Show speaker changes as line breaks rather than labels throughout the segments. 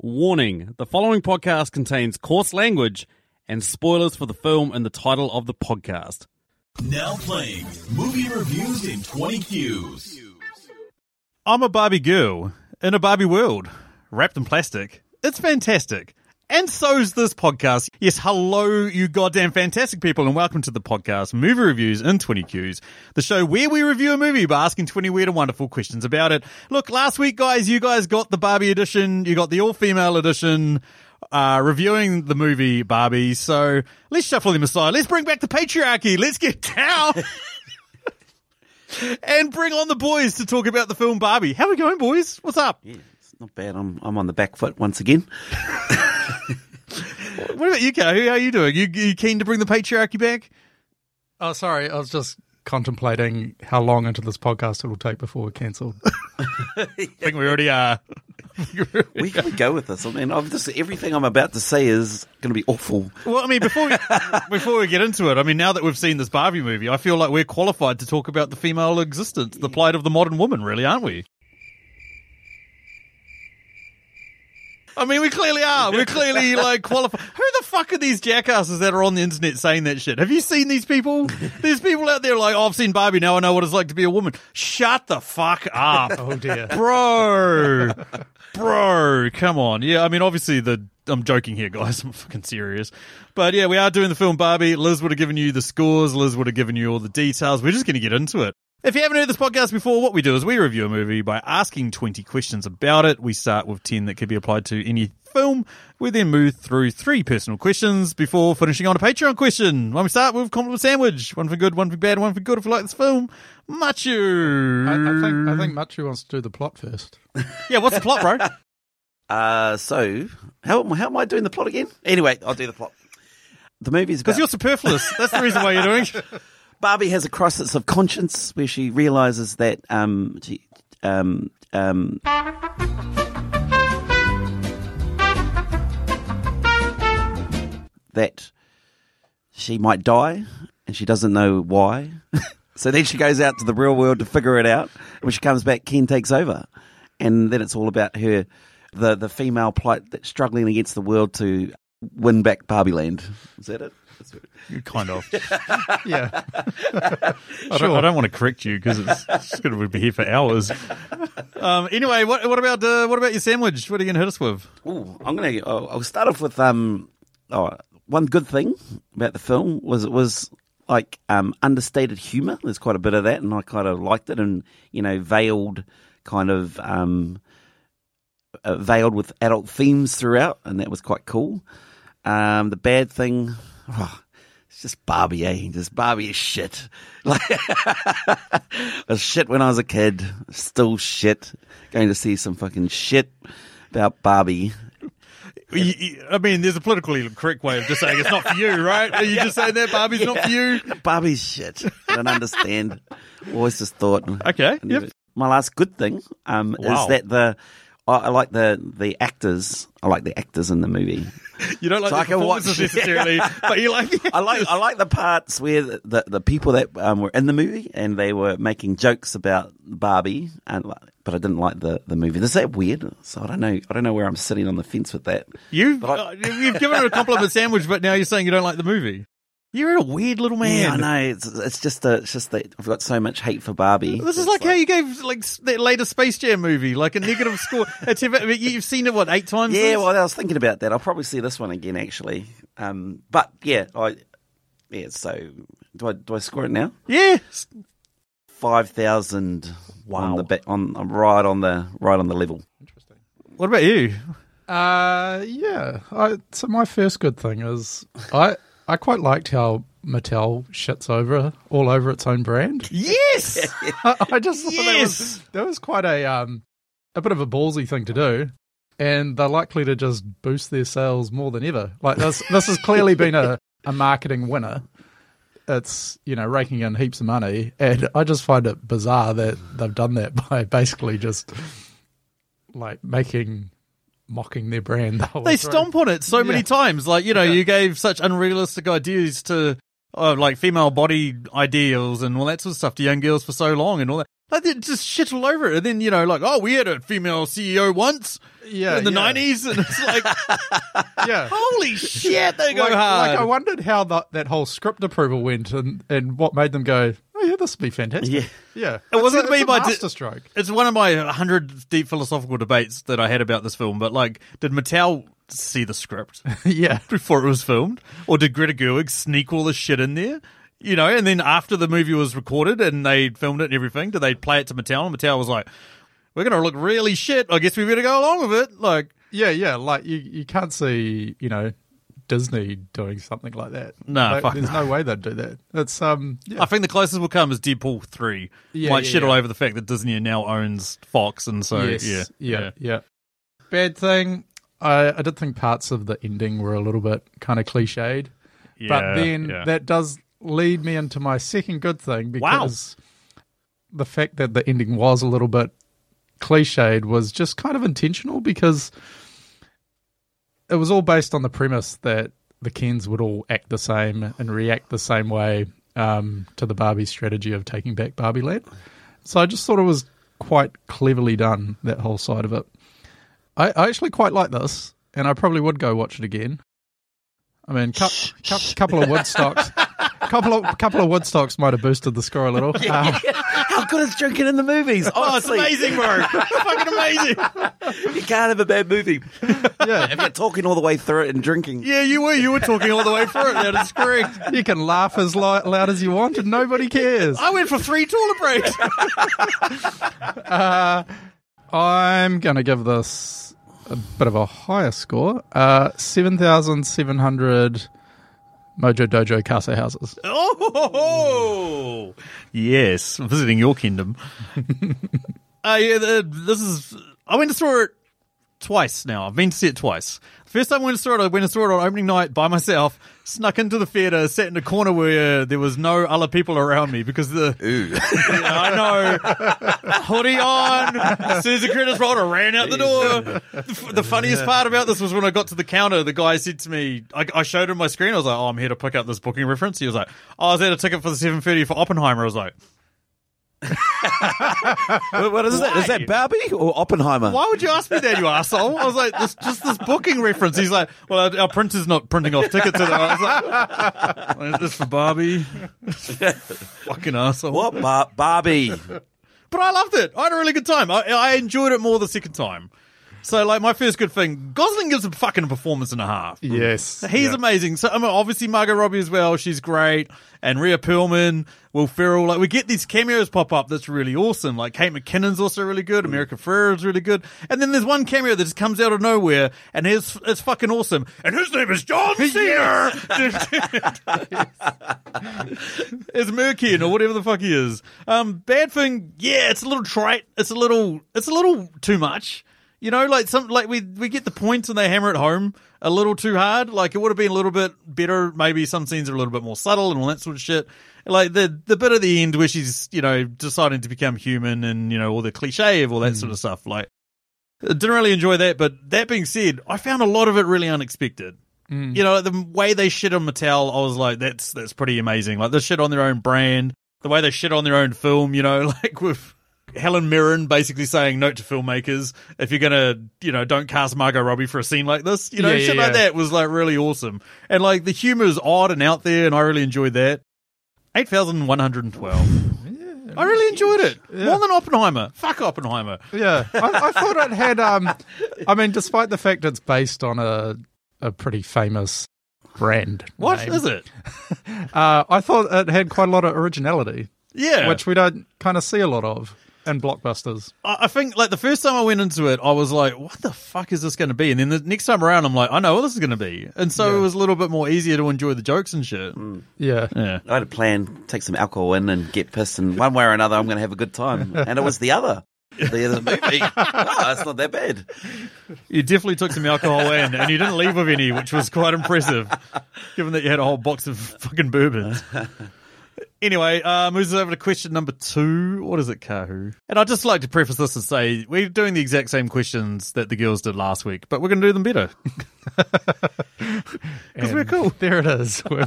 Warning the following podcast contains coarse language and spoilers for the film and the title of the podcast.
Now playing movie reviews in 20 cues.
I'm a Barbie girl in a Barbie world, wrapped in plastic. It's fantastic. And so's this podcast. Yes, hello, you goddamn fantastic people, and welcome to the podcast Movie Reviews in 20 Qs, the show where we review a movie by asking 20 weird and wonderful questions about it. Look, last week, guys, you guys got the Barbie edition, you got the all female edition, uh, reviewing the movie Barbie. So let's shuffle them aside. Let's bring back the patriarchy. Let's get down. and bring on the boys to talk about the film Barbie. How we going, boys? What's up?
Not bad. I'm I'm on the back foot once again.
What about you, Kay? How are you doing? You, you keen to bring the patriarchy back?
Oh, sorry. I was just contemplating how long into this podcast it will take before we're cancelled.
I think we already are.
Where can we go with this? I mean, I'm just, everything I'm about to say is going to be awful.
Well, I mean, before we, before we get into it, I mean, now that we've seen this Barbie movie, I feel like we're qualified to talk about the female existence, the plight of the modern woman, really, aren't we? I mean, we clearly are. We're clearly like qualified. Who the fuck are these jackasses that are on the internet saying that shit? Have you seen these people? There's people out there like, oh, I've seen Barbie. Now I know what it's like to be a woman. Shut the fuck up
Oh dear.
bro, bro, come on. Yeah, I mean, obviously the I'm joking here, guys. I'm fucking serious. But yeah, we are doing the film Barbie. Liz would have given you the scores. Liz would have given you all the details. We're just going to get into it. If you haven't heard this podcast before, what we do is we review a movie by asking 20 questions about it. We start with 10 that could be applied to any film. We then move through three personal questions before finishing on a Patreon question. When we start with compliment sandwich, one for good, one for bad, one for good if you like this film. Machu.
I, I think I think Machu wants to do the plot first.
Yeah, what's the plot, bro?
Uh, so, how, am- how am I doing the plot again? Anyway, I'll do the plot. The movie's about
Because you're superfluous. That's the reason why you're doing.
Barbie has a crisis of conscience where she realizes that um, she, um, um, that she might die and she doesn't know why. so then she goes out to the real world to figure it out. And when she comes back, Ken takes over. And then it's all about her, the, the female plight that's struggling against the world to win back Barbie land. Is that it? That's it.
kind of.
Yeah.
I don't, I don't want to correct you because it's, it's going to be here for hours. Um, anyway, what what about uh, what about your sandwich? What are you going to hit us with?
Ooh, I'm gonna. I'll I'll start off with um. Oh, one good thing about the film was it was like um understated humor. There's quite a bit of that, and I kind of liked it. And you know, veiled kind of um uh, veiled with adult themes throughout, and that was quite cool. Um, the bad thing. oh, it's just Barbie, eh? Just Barbie is shit. Like, it was shit when I was a kid. Still shit. Going to see some fucking shit about Barbie.
You- you- I mean, there's a politically correct way of just saying it's not for you, right? Are you just saying that Barbie's not for you?
Barbie's shit. I don't understand. Always just thought.
Okay,
I never-
yep.
My last good thing um,
Wow.
is that the I, I like the the actors. I like the actors in the movie.
You don't like
So I
the
can watch-
performances necessarily, but you like.
I like I like the parts where the, the, the people that um, were in the movie and they were making jokes about Barbie, and like- but I didn't like the, the movie. Is that weird? So I don't know. I don't know where I'm sitting on the fence with that.
you.
But I-
uh, you've given her a compliment sandwich, but now you're saying you don't like the movie. You're a weird little man.
Yeah, I know. It's, it's just a, it's just that I've got so much hate for Barbie.
This is
It's
like, how you gave like s- that latest Space Jam movie, like a negative score. It's, ev- I mean, you've seen it what eight times?
Yeah,
since?
well, I was thinking about that. I'll probably see this one again, actually. Um, but yeah, I yeah. So do I do I score it now?
yeah.
Five thousand.
Wow.
On the ba- on, I'm right on the right on the level.
Interesting.
What about you?
Uh yeah. I, so my first good thing is I I quite liked how Mattel shits over all over its own brand.
Yes.
I just thought that
Yes!
was that was quite a um a bit of a ballsy thing to do. And they're likely to just boost their sales more than ever. Like this this has clearly been a, a marketing winner. It's, you know, raking in heaps of money. And I just find it bizarre that they've done that by basically just like making mocking their brand. the whole
they
through.
stomp on it so many
Yeah.
times. Like you know, you gave such unrealistic ideas to uh, like female body ideals and all that sort of stuff to young girls for so long, and all that. Like they just shit all over it, and then you know, like, oh, we had a female CEO once
Yeah,
in the
yeah.
nineties, and it's like,
Yeah.
holy shit, they go
like,
hard.
like I wondered how that that whole script approval went and, and what made them go, oh yeah, this would be fantastic.
Yeah.
yeah. It
wasn't
it's a,
me,
it's
but
a
di-
masterstroke.
It's one of my 100 deep philosophical debates that I had about this film, but like, did Mattel see the script
yeah,
before it was filmed? Or did Greta Gerwig sneak all this shit in there? You know, and then after the movie was recorded and they filmed it and everything, did they play it to Mattel? And Mattel was like, we're going to look really shit. I guess we better go along with it. Like,
yeah, yeah. Like you, you can't see, you know, Disney doing something like that.
Nah,
Like,
fuck
there's no. way they'd do that. It's um, yeah,
I think the closest we'll come is Deadpool 3.
Yeah,
like,
yeah,
shit all
yeah.
over the fact that Disney now owns Fox. And so,
yes,
yeah.
yeah, yeah, Bad thing. I, I did think parts of the ending were a little bit kind of cliched,
Yeah,
but then
yeah.
that does lead me into my second good thing
Wow.
because the fact that the ending was a little bit cliched was just kind of intentional because it was all based on the premise that the Kens would all act the same and react the same way um, to the Barbie strategy of taking back Barbie Land. So I just thought it was quite cleverly done, that whole side of it. I, I actually quite like this, and I probably would go watch it again. I mean, cou- cou- couple of Woodstocks, couple of couple of Woodstocks might have boosted the score a little. Um,
How good is drinking in the movies?
Oh, it's
Honestly,
amazing, bro. Fucking amazing.
you can't have a bad movie
yeah,
if you're talking all the way through it and drinking.
Yeah, you were. You were talking all the way through it. That is correct.
Um, you can laugh as lo- loud as you want, and nobody cares.
I went for three toilet breaks.
I'm going to give this a bit of a higher score. Uh, 7,700 Mojo Dojo Casa houses.
oh, ho, ho. yes, visiting your kingdom. uh, yeah, the, this is. I went to saw it twice now. I've been to see it twice. The first time I went to saw it, I went and saw it on opening night by myself. Snuck into the theater, sat in a corner where there was no other people around me because the. Yeah, I know. Hoodie on. As soon as the credits rolled, I ran out the door. The, f- the funniest part about this was when I got to the counter, the guy said to me, I, I showed him my screen. I was like, oh, I'm here to pick up this booking reference. He was like, oh, is that a ticket for the 7.30 for Oppenheimer? I was like,
What- what is that? Is
Why?
that Barbie or Oppenheimer?
why would you ask me that, you asshole? I was like, this, just this booking reference. He's like, well, our, our printer's not printing off tickets. today." I was like, "Well, is this for Barbie? Fucking asshole.
What Bar- Barbie?
but I loved it. I had a really good time. I, I enjoyed it more the second time. So, like, my first good thing, Gosling gives a fucking performance and a half.
Yes.
He's amazing. So, I mean, obviously Margot Robbie as well. She's great, and Rhea Perlman, Will Ferrell. Like, we get these cameos pop up. That's really awesome. Like, Kate McKinnon's also really good. America Ferrera's really good. And then there's one cameo that just comes out of nowhere, and it's it's fucking awesome. And his name is John Cena. It's Merkin or whatever the fuck he is. Um, bad thing, yeah, it's a little trite. It's a little, it's a little too much. You know, like some, like we we get the points and they hammer it home a little too hard. Like it would have been a little bit better. Maybe some scenes are a little bit more subtle and all that sort of shit. Like the the bit at the end where she's you know deciding to become human and you know all the cliche of all that sort of stuff. Like, I didn't really enjoy that. But that being said, I found a lot of it really unexpected.
Mm.
You know, the way they shit on Mattel, I was like, that's that's pretty amazing. Like they shit on their own brand, the way they shit on their own film. You know, like with Helen Mirren basically saying, "Note to filmmakers, if you're gonna, you know, don't cast Margot Robbie for a scene like this." You know,
Yeah, yeah,
shit like
yeah.
that was like really awesome. And like the humor is odd and out there, and I really enjoyed that. Eight thousand one hundred and twelve. I really enjoyed it more than Oppenheimer. Fuck Oppenheimer.
Yeah. I, I thought it had, um, I mean, despite the fact it's based on a, a pretty famous brand.
What is
name,
it?
Uh, I thought it had quite a lot of originality,
Yeah,
which we don't kind of see a lot of in blockbusters.
I I think like the first time I went into it, I was like, "What the fuck is this going to be?" And then the next time around, I'm like, "I know what this is going to be," and so it was a little bit more easier to enjoy the jokes and shit.
Yeah.
Yeah,
I had a plan: take some alcohol in and get pissed, and one way or another, I'm going to have a good time. And it was the other, the other movie. Oh, it's not that bad.
you definitely took some alcohol in, and you didn't leave with any, which was quite impressive, given that you had a whole box of fucking bourbons. Anyway, uh, moves us over to question number two. What is it, Kahu? And I'd just like to preface this and say we're doing the exact same questions that the girls did last week, but we're going to do them better.
Because we're cool. There it is. We're,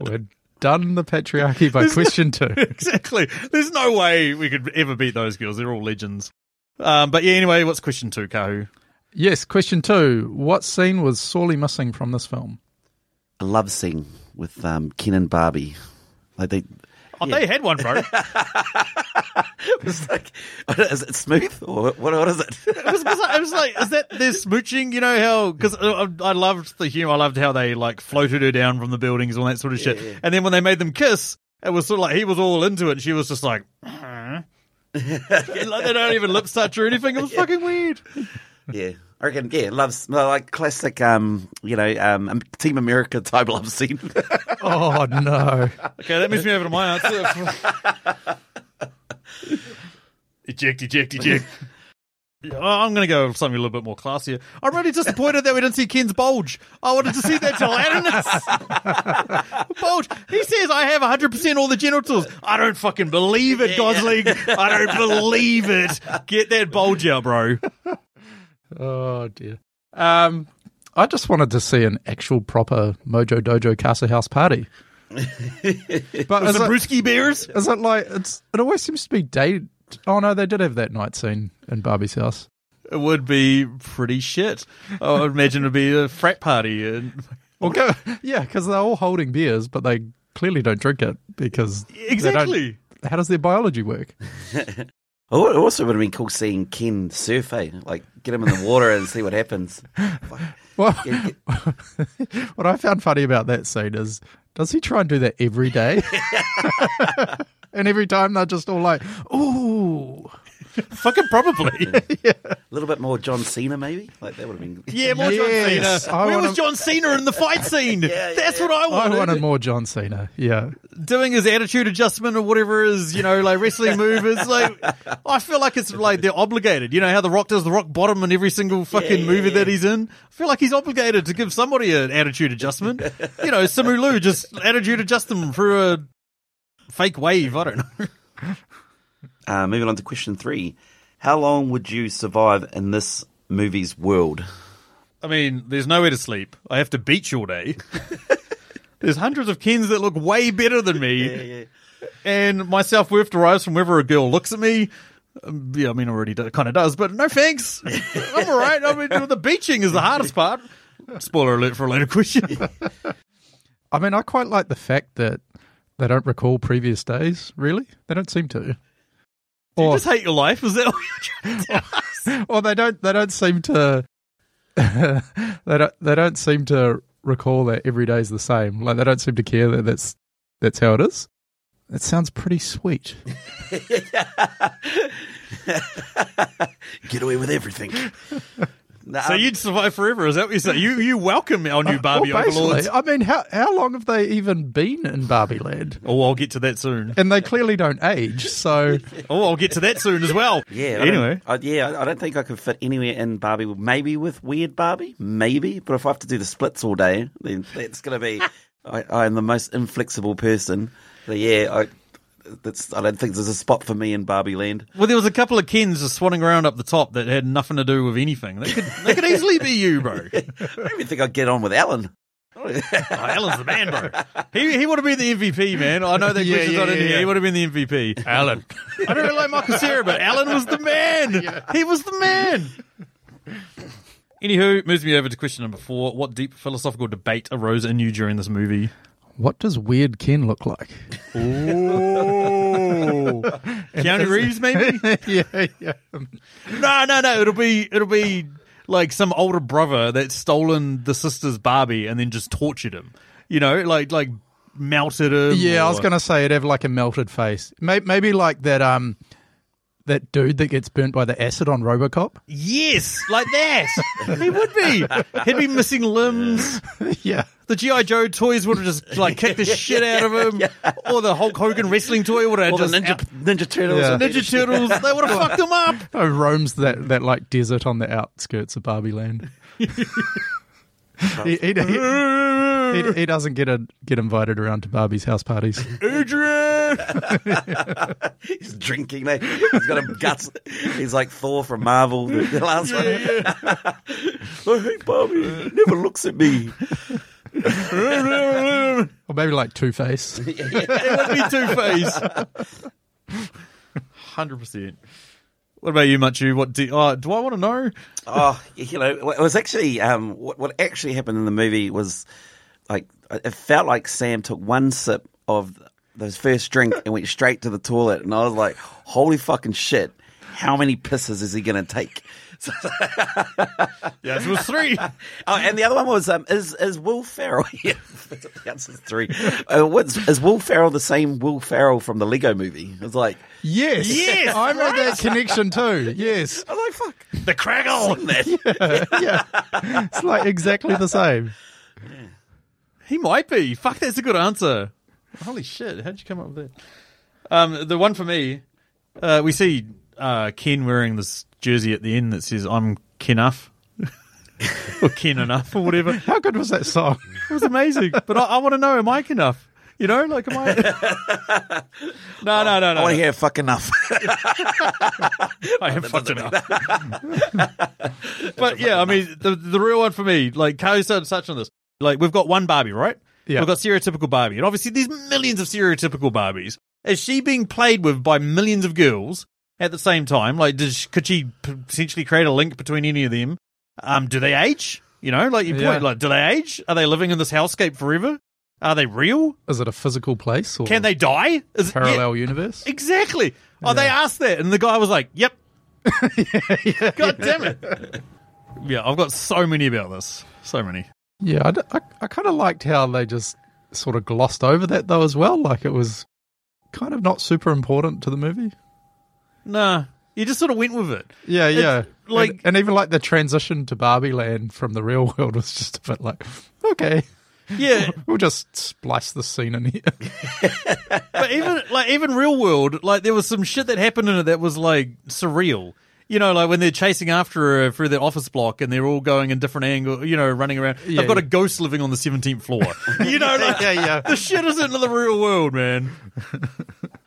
we're done the patriarchy by question two.
exactly. There's no way we could ever beat those girls. They're all legends. Um, but yeah, anyway, what's question two, Kahu?
Yes, question two. What scene was sorely missing from this film?
A love scene with um, Ken and Barbie. Like they,
Oh, they had one, bro. it
it's like, is it smooth or what? What is it?
was, was like, it was like, is that they're smooching? You know how? Because I, I loved the humor. I loved how they like floated her down from the buildings, all that sort of shit. And then when they made them kiss, it was sort of like he was all into it, and she was just like, "Huh?" like they don't even lip touch or anything. It was fucking weird.
yeah, I reckon. Yeah, loves like classic, um, you know, um, Team America type love scene.
Oh no!
Okay, that moves me over to my answer. eject, eject, eject. Yeah, I'm going to go with something a little bit more classier. I'm really disappointed that we didn't see Ken's bulge. I wanted to see that gelatinous bulge. He says, I have 100% all the genitals. I don't fucking believe it, Gosling. I don't believe it. Get that bulge out, bro.
Oh dear. Um, I just wanted to see an actual proper Mojo Dojo Casa House party. but is
The
it,
Brewski Bears.
is it like it's? It always seems to be day. Oh no, they did have that night scene in Barbie's house.
It would be pretty shit. I would imagine it would be a frat party. And
Well, go, yeah, because they're all holding beers, but they clearly don't drink it because they don't-
Exactly.
How does their biology work?
Oh, it also would have been cool seeing Ken surf, eh? Like, get him in the water and see what happens.
Well, what I found funny about that scene is, does he try and do that every day? and every time they're just all like, "Ooh,
Fucking probably.
A little bit more John Cena, maybe? Like, that would have been.
Yeah, more
Yes,
John Cena.
I
Where
wanna-
was John Cena in the fight scene? That's what I
I
wanted.
wanted more John Cena." Yeah,
Doing his attitude adjustment or whatever is, you know, like wrestling move is like. I feel like it's like they're obligated. You know how The Rock does the rock bottom in every single fucking movie that he's in. I feel like he's obligated to give somebody an attitude adjustment. you know, Simu Liu just attitude adjust them through a fake wave. I don't know.
Uh, moving on to question three How long would you survive in this movie's world?
I mean, there's nowhere to sleep. I have to beach all day. there's hundreds of Kens that look way better than me. And my self worth derives from whether a girl looks at me. Um, Yeah, I mean, already kind of does, but no thanks. I'm all right. I mean, the beaching is the hardest part. Spoiler alert for a later question.
I mean, I quite like the fact that they don't recall previous days. Really, they don't seem to,
You
or
just hate your life. Is that what you're trying to tell us?
or they don't they don't seem to they don't they don't seem to recall that every day is the same. Like they don't seem to care that that's that's how it is. That sounds pretty sweet.
Get away with everything. Nah,
So
um,
you'd survive forever. Is that what you say? You you welcome our new Barbie
Uh, Well, basically,
overlords.
I mean, how how long have they even been in Barbie Land?
Oh, I'll get to that soon.
And they clearly don't age. So
Oh, I'll get to that soon as well.
Yeah. I don't-
Anyway,
I, yeah, I- I don't think I could fit anywhere in Barbie. Maybe with Weird Barbie, maybe. But if I have to do the splits all day, then that's going to be. I, I am the most inflexible person. So yeah, I. That's, I don't think there's a spot for me in Barbie Land.
Well, there was a couple of Kens just swanning around up the top that had nothing to do with anything. They could, they could easily be you, bro.
I don't even think I'd get on with Alan.
Oh, Alan's the man, bro. He, he would have been the MVP, man. I know that
Yeah,
question's
yeah,
not in
yeah,
here.
yeah.
He would have been the MVP. Alan. I don't really like Michael Cera, but Alan was the man. He was the man. Anywho, moves me over to question number four. What deep philosophical debate arose in you during this movie?
what does weird Ken look like?
Keanu Reeves, maybe?
yeah, yeah.
No, no, no. It'll be it'll be like some older brother that's stolen the sister's Barbie and then just tortured him. You know, like like melted him.
Yeah, I was
or-
gonna say it'd have like a melted face. Maybe, maybe like that um that dude that gets burnt by the acid on Robocop.
Yes, like that. he would be. He'd be missing limbs.
yeah.
The GI Joe toys would have just like kicked the shit out of him, or the Hulk Hogan wrestling toy would have
All the
just
Ninja,
out-
Ninja Turtles.
Yeah.
Yeah.
Ninja Turtles. They would have fucked him up.
Oh, roams that, that like desert on the outskirts of Barbie Land. he, he, he, he, he doesn't get a, get invited around to Barbie's house parties.
Adrian.
He's drinking. Mate. He's got a guts. He's like Thor from Marvel. The the last one. I hate Barbie. He never looks at me.
I Or maybe like Two Face.
Let me Two Face. Hundred percent. What about you, Machu? What do, uh, do I want to know?
oh, you know, it was actually um, what, what actually happened in the movie was like it felt like Sam took one sip of his first drink and went straight to the toilet, and I was like, "Holy fucking shit! How many pisses is he gonna take?" So-
Yes, it was three.
oh, and the other one was um, is is Will Ferrell? yeah, the answer's three. Uh, what's, is Will Ferrell the same Will Ferrell from the Lego Movie? It's like.
Yes. Yes. I made that connection too. Yes.
I was like, fuck.
the Craggle.
Yeah. It's like exactly the same.
He might be. Fuck, that's a good answer. Holy shit! How'd you come up with that? Um, the one for me, uh, we see uh, Ken wearing this jersey at the end that says "I'm Kenuff" or Ken enough or whatever.
How good was that song?
It was amazing. But I, I want to know, am I enough? You know, like, am I? no, no, no, no.
I want to hear fuck enough.
I have fucked it up. but yeah, I mean, the the real one for me, like Kyle said, such on this. Like, we've got one Barbie, right?
Yeah.
We've got stereotypical Barbie, and obviously, there's millions of stereotypical Barbies. Is she being played with by millions of girls at the same time? Like, does she- could she potentially create a link between any of them? Um, do they age? You know, like you point,
Yeah.
like, do they age? Are they living in this hellscape forever? Are they real?
Is it a physical place or
Can they die? Is it- yeah.
parallel universe?
Exactly. Oh, they asked that, and the guy was like, "Yep." God damn it! Yeah, I've got so many about this. So many.
Yeah, I, d- I, kind of liked how they just sort of glossed over that though as well. Like it was kind of not super important to the movie.
Nah, you just sort of went with it.
Yeah, yeah.
like-
and, and even like the transition to Barbie Land from the real world was just a bit like, okay,
Yeah,
we'll just splice this scene in here.
but even like even real world, like there was some shit that happened in it that was like surreal. You know, like when they're chasing after her through the office block and they're all going in different angle, you know, running around.
Yeah,
They've got a
yeah.
ghost living on the 17th floor. you know, like,
yeah, yeah.
the shit isn't in the real world, man.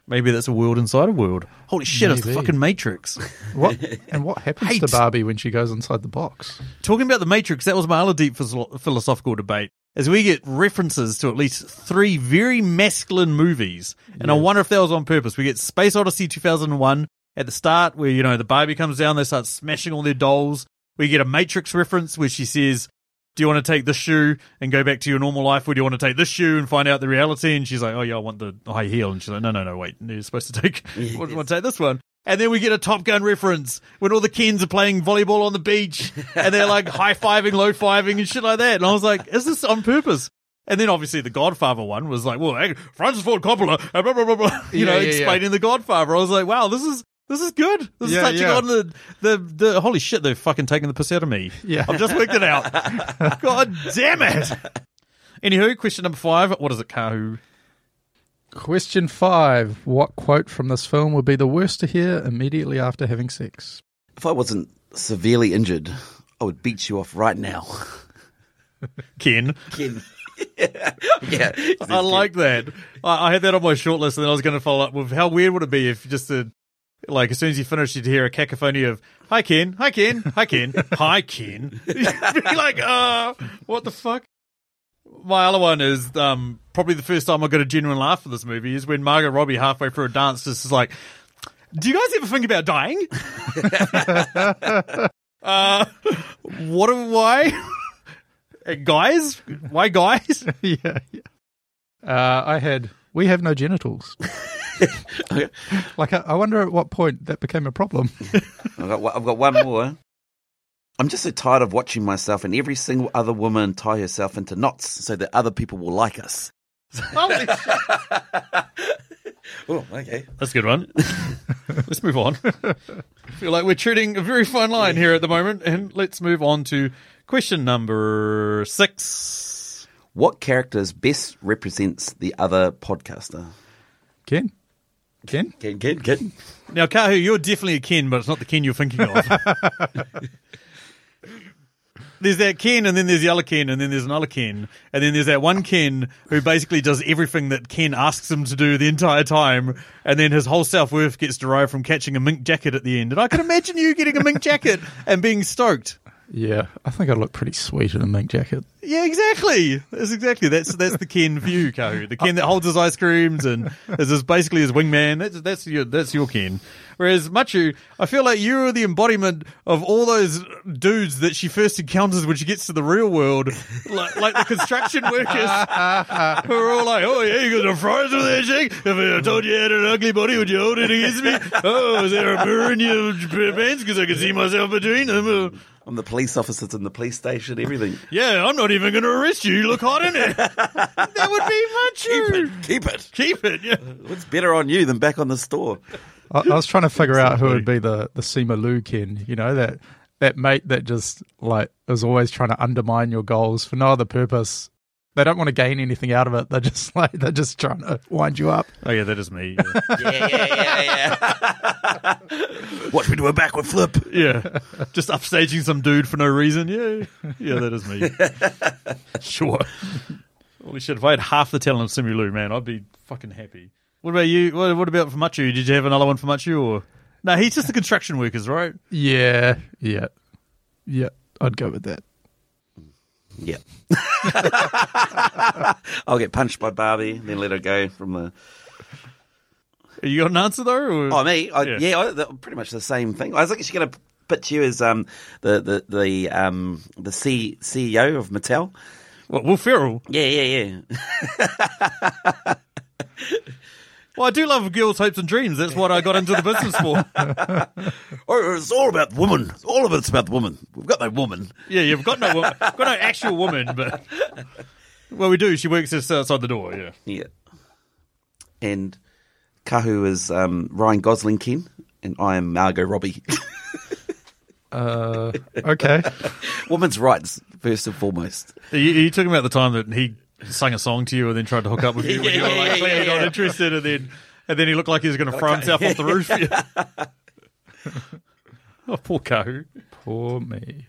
Maybe that's a world inside a world. Holy shit, it's the
Maybe.
fucking Matrix.
What and what happens to
Hate.
Barbie when she goes inside the box?
Talking about the Matrix, that was my other deep phys- philosophical debate. As we get references to at least three very masculine movies, and I wonder if that was on purpose. We get Space Odyssey 2001 at the start, where you know the Barbie comes down, they start smashing all their dolls. We get a Matrix reference where she says, "Do you want to take this shoe and go back to your normal life, or do you want to take this shoe and find out the reality?" And she's like, "Oh yeah, I want the high heel," and she's like, "No, no, no, wait, you're supposed to take, I want to take this one." And then we get a Top Gun reference when all the Kens are playing volleyball on the beach and they're like high fiving, low fiving, and shit like that. And I was like, is this on purpose? And then obviously the Godfather one was like, well, hey, Francis Ford Coppola, uh, blah, blah, blah, blah, you
Yeah,
know,
yeah, yeah.
explaining the Godfather. I was like, wow, this is. This is good. This
Yeah,
is touching
yeah.
on the, the the holy shit. They're fucking taking the piss out of me.
Yeah.
I've just worked it out. God damn it. Anywho, question number five. What is it, Kahu?
Question five: What quote from this film would be the worst to hear immediately after having sex?
if I wasn't severely injured, I would beat you off right now.
Ken.
Ken. yeah.
I like that. I, I had that on my short list, and then I was going to follow up with how weird would it be if just the like as soon as you finish, you'd hear a cacophony of "Hi Ken, hi Ken, hi Ken, hi Ken." You'd be like, "Uh, what the fuck?" My other one is um, probably the first time I got a genuine laugh for this movie is when Margot Robbie halfway through a dance just is like, "Do you guys ever think about dying?" uh, what? a- Why? Uh, guys, why guys?
yeah, yeah. Uh, I had. We have no genitals. like, I, I wonder at what point that became a problem.
I've got, one- I've got one more. I'm just so tired of watching myself and every single other woman tie herself into knots so that other people will like us.
Holy shit.
Oh, okay.
That's a good one. let's move on. I feel like we're treading a very fine line here at the moment, and let's move on to question number six.
What characters best represents the other podcaster?
Ken? Ken?
Ken, Ken, Ken.
Now, Kahu, you're definitely a Ken, but it's not the Ken you're thinking of. there's that Ken, and then there's the other Ken, and then there's another Ken, and then there's that one Ken who basically does everything that Ken asks him to do the entire time, and then his whole self worth gets derived from catching a mink jacket at the end. And I can imagine you getting a mink jacket and being stoked.
Yeah, I think I look pretty sweet in a mink jacket.
Yeah, exactly. That's exactly that's that's the Ken view, Kahu. The Ken that holds his ice creams and is is basically his wingman. That's that's your that's your Ken. Whereas Machu, I feel like you're the embodiment of all those dudes that she first encounters when she gets to the real world, like, like the construction workers who are all like, "Oh yeah, you got a fries with that shake? If I told you I had an ugly body, would you hold it against me? Oh, is there a mirror in your pants? Because I can see myself between them."
I'm the police officers in the police station, everything.
Yeah, I'm not even going to arrest you. You look hot in it. that would be much.
Keep it.
Keep it. Yeah.
What's better on you than back on the store?
I, I was trying to figure out who would be the the Sima Lu kin. You know that that mate that just like is always trying to undermine your goals for no other purpose. They don't want to gain anything out of it. They're just like they're just trying to wind you up.
Oh yeah, that is me.
Yeah, yeah, yeah, yeah. Watch me do a backward flip.
Yeah. Just upstaging some dude for no reason. Yeah. Yeah, that is me. sure. Holy shit! If I had half the talent of Simu Lu, man, I'd be fucking happy. What about you? What, what about for Machu? Did you have another one for Machu? Or no, he's just the construction workers, right?
Yeah, yeah, yeah. I'd go with that.
Yeah. I'll get punched by Barbie, then let her go from the.
You got an answer though? Or?
Oh, me? I,
Yeah.
yeah, I, the, pretty much the same thing. I was actually going to pitch you as um, the the the um, the C, CEO of Mattel.
What, Will Ferrell.
Yeah, yeah, yeah.
Well, I do love girls' hopes and dreams. That's what I got into the business for.
Oh, it's all about women. All of it's about women. We've got no woman.
Yeah, you've got no woman, got no actual woman, but well, we do. She works just outside the door. Yeah,
Yeah. And Kahu is um, Ryan Gosling Ken, and I am Margot Robbie.
Uh, okay.
Women's rights, first and foremost.
are you, are you talking about the time that he sung a song to you and then tried to hook up with you? when you were like, clearly not interested, and then and then he looked like he was going to throw himself off the roof. Yeah. oh, poor Kahu.
Poor me.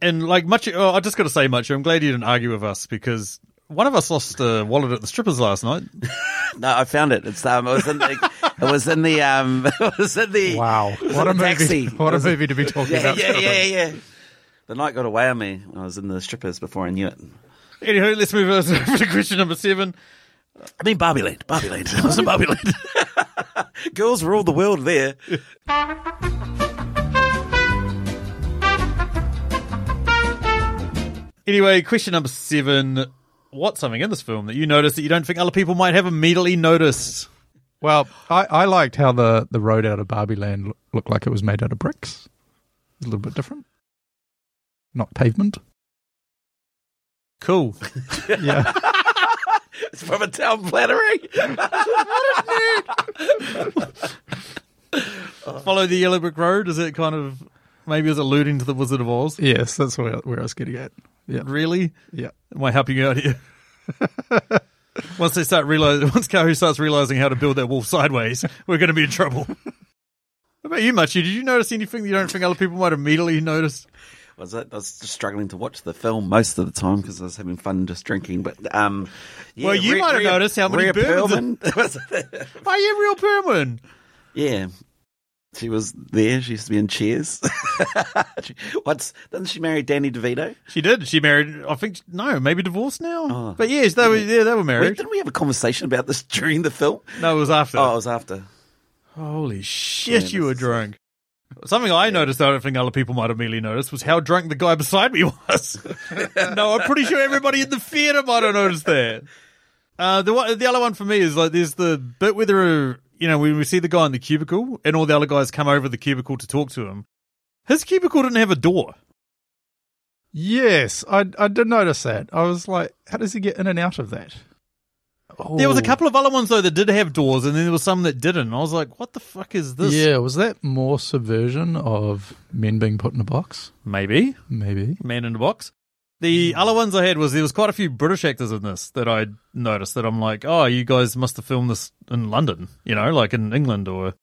And like much, oh, I just got to say, much. I'm glad you didn't argue with us because one of us lost a wallet at the strippers last night.
No, I found it. It's um, it was in the, it was in the, um, it was in the.
Wow.
it was
What
in
a
the
movie.
taxi.
What a movie to be talking
Yeah,
about.
yeah, yeah, yeah. The night got away on me. when I was in the strippers before I knew it.
Anywho, let's move on to question number seven.
I mean, Barbie Land. Barbie Land. I was in Barbie Land. Girls rule the world there.
Anyway, question number seven. What's something in this film that you notice that you don't think other people might have immediately noticed?
Well, I, I liked how the, the road out of Barbie Land lo- looked like it was made out of bricks. It's a little bit different. Not pavement.
Cool.
Yeah.
It's from a town plannery.
Follow the yellow brick road. Is it kind of maybe is alluding to the Wizard of Oz?
yes, that's where, where I was getting at. Yeah.
Really?
Yeah.
Am I helping you out here? once they start realizing, once Kahu starts realizing how to build that wall sideways, we're going to be in trouble. What about you, Machu? Did you notice anything that you don't think other people might immediately notice?
was it? I was just struggling to watch the film most of the time because I was having fun just drinking. But um, yeah,
Well, you might have noticed how many
Rhea
bourbons-
Perlman was-
Oh, yeah, real Perwin.
yeah, she was there. She used to be in Cheers. She- What's didn't she marry Danny DeVito?
She did. She married. I think no, maybe divorced now.
Oh.
but yes, they were. Yeah, they were
Wait,
married.
didn't we have a conversation about this during the film?
No, it was after.
Oh, it was after.
Holy shit,
this
you were
is-
drunk. Something I noticed that I don't think other people might have immediately noticed was how drunk the guy beside me was. no, I'm pretty sure everybody in the theater might have noticed that. Uh, the one, the other one for me is like there's the bit where there are, you know when we see the guy in the cubicle and all the other guys come over the cubicle to talk to him. His cubicle didn't have a door.
Yes, I, I did notice that. I was like, how does he get in and out of that? Oh.
There was a couple of other ones though that did have doors, and then there was some that didn't. I was like, what the fuck is this?
Yeah, was that more subversion of men being put in a box?
Maybe.
Maybe.
Man in the Box.
Mm.
The other ones I had was there was quite a few British actors in this that I noticed that I'm like, oh, you guys must have filmed this in London, you know, like in England or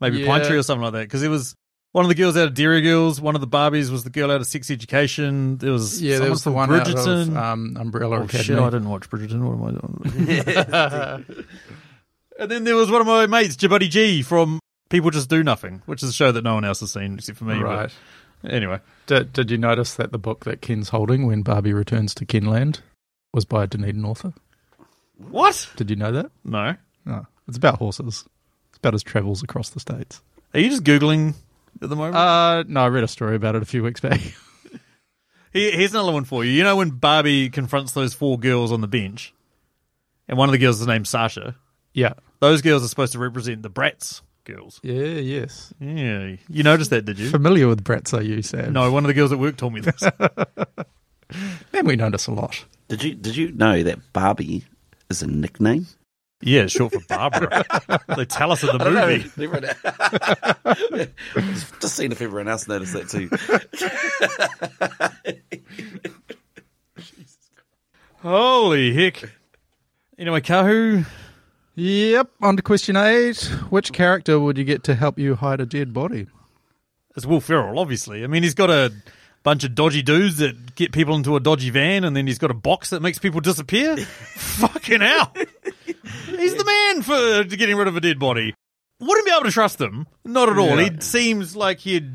maybe
Yeah.
Pine Tree or something like that. Because it was one of the girls out of Dairy Girls, one of the Barbies was the girl out of Sex Education. There was
Yeah,
someone
there was the
from
one out of,
Bridgerton.
um, Umbrella
oh,
Academy.
shit, I didn't watch Bridgerton. What am I doing? and then there was one of my mates, Jabuddy G from People Just Do Nothing, which is a show that no one else has seen except for me. but-
Right.
Anyway,
Did, did you notice that the book that Ken's holding when Barbie returns to Kenland was by a Dunedin author?
what?
Did you know that?
No,
No. It's about horses. It's about his travels across the states.
are you just googling at the moment?
Uh, no, I read a story about it a few weeks back.
Here- Here's another one for you. You know when Barbie confronts those four girls on the bench, and one of the girls is named Sasha.
yeah.
Those girls are supposed to represent the Bratz girls.
Yeah, yes.
Yeah, you noticed that, did you?
Familiar with Bratz, are you, Sam?
No, one of the girls at work told me this.
Man, we notice a lot.
Did you did you know that Barbie is a nickname?
yeah, it's short for Barbara. they tell us in the movie.
Just seeing if everyone else noticed that too.
Holy heck! Anyway, Kahu,
Yep. On to question eight. Which character would you get to help you hide a dead body?
It's Will Ferrell, obviously. I mean, he's got a bunch of dodgy dudes that get people into a dodgy van, and then he's got a box that makes people disappear. Fucking hell! He's the man for getting rid of a dead body. Wouldn't be able to trust him, not at all.
Yeah.
He seems like he'd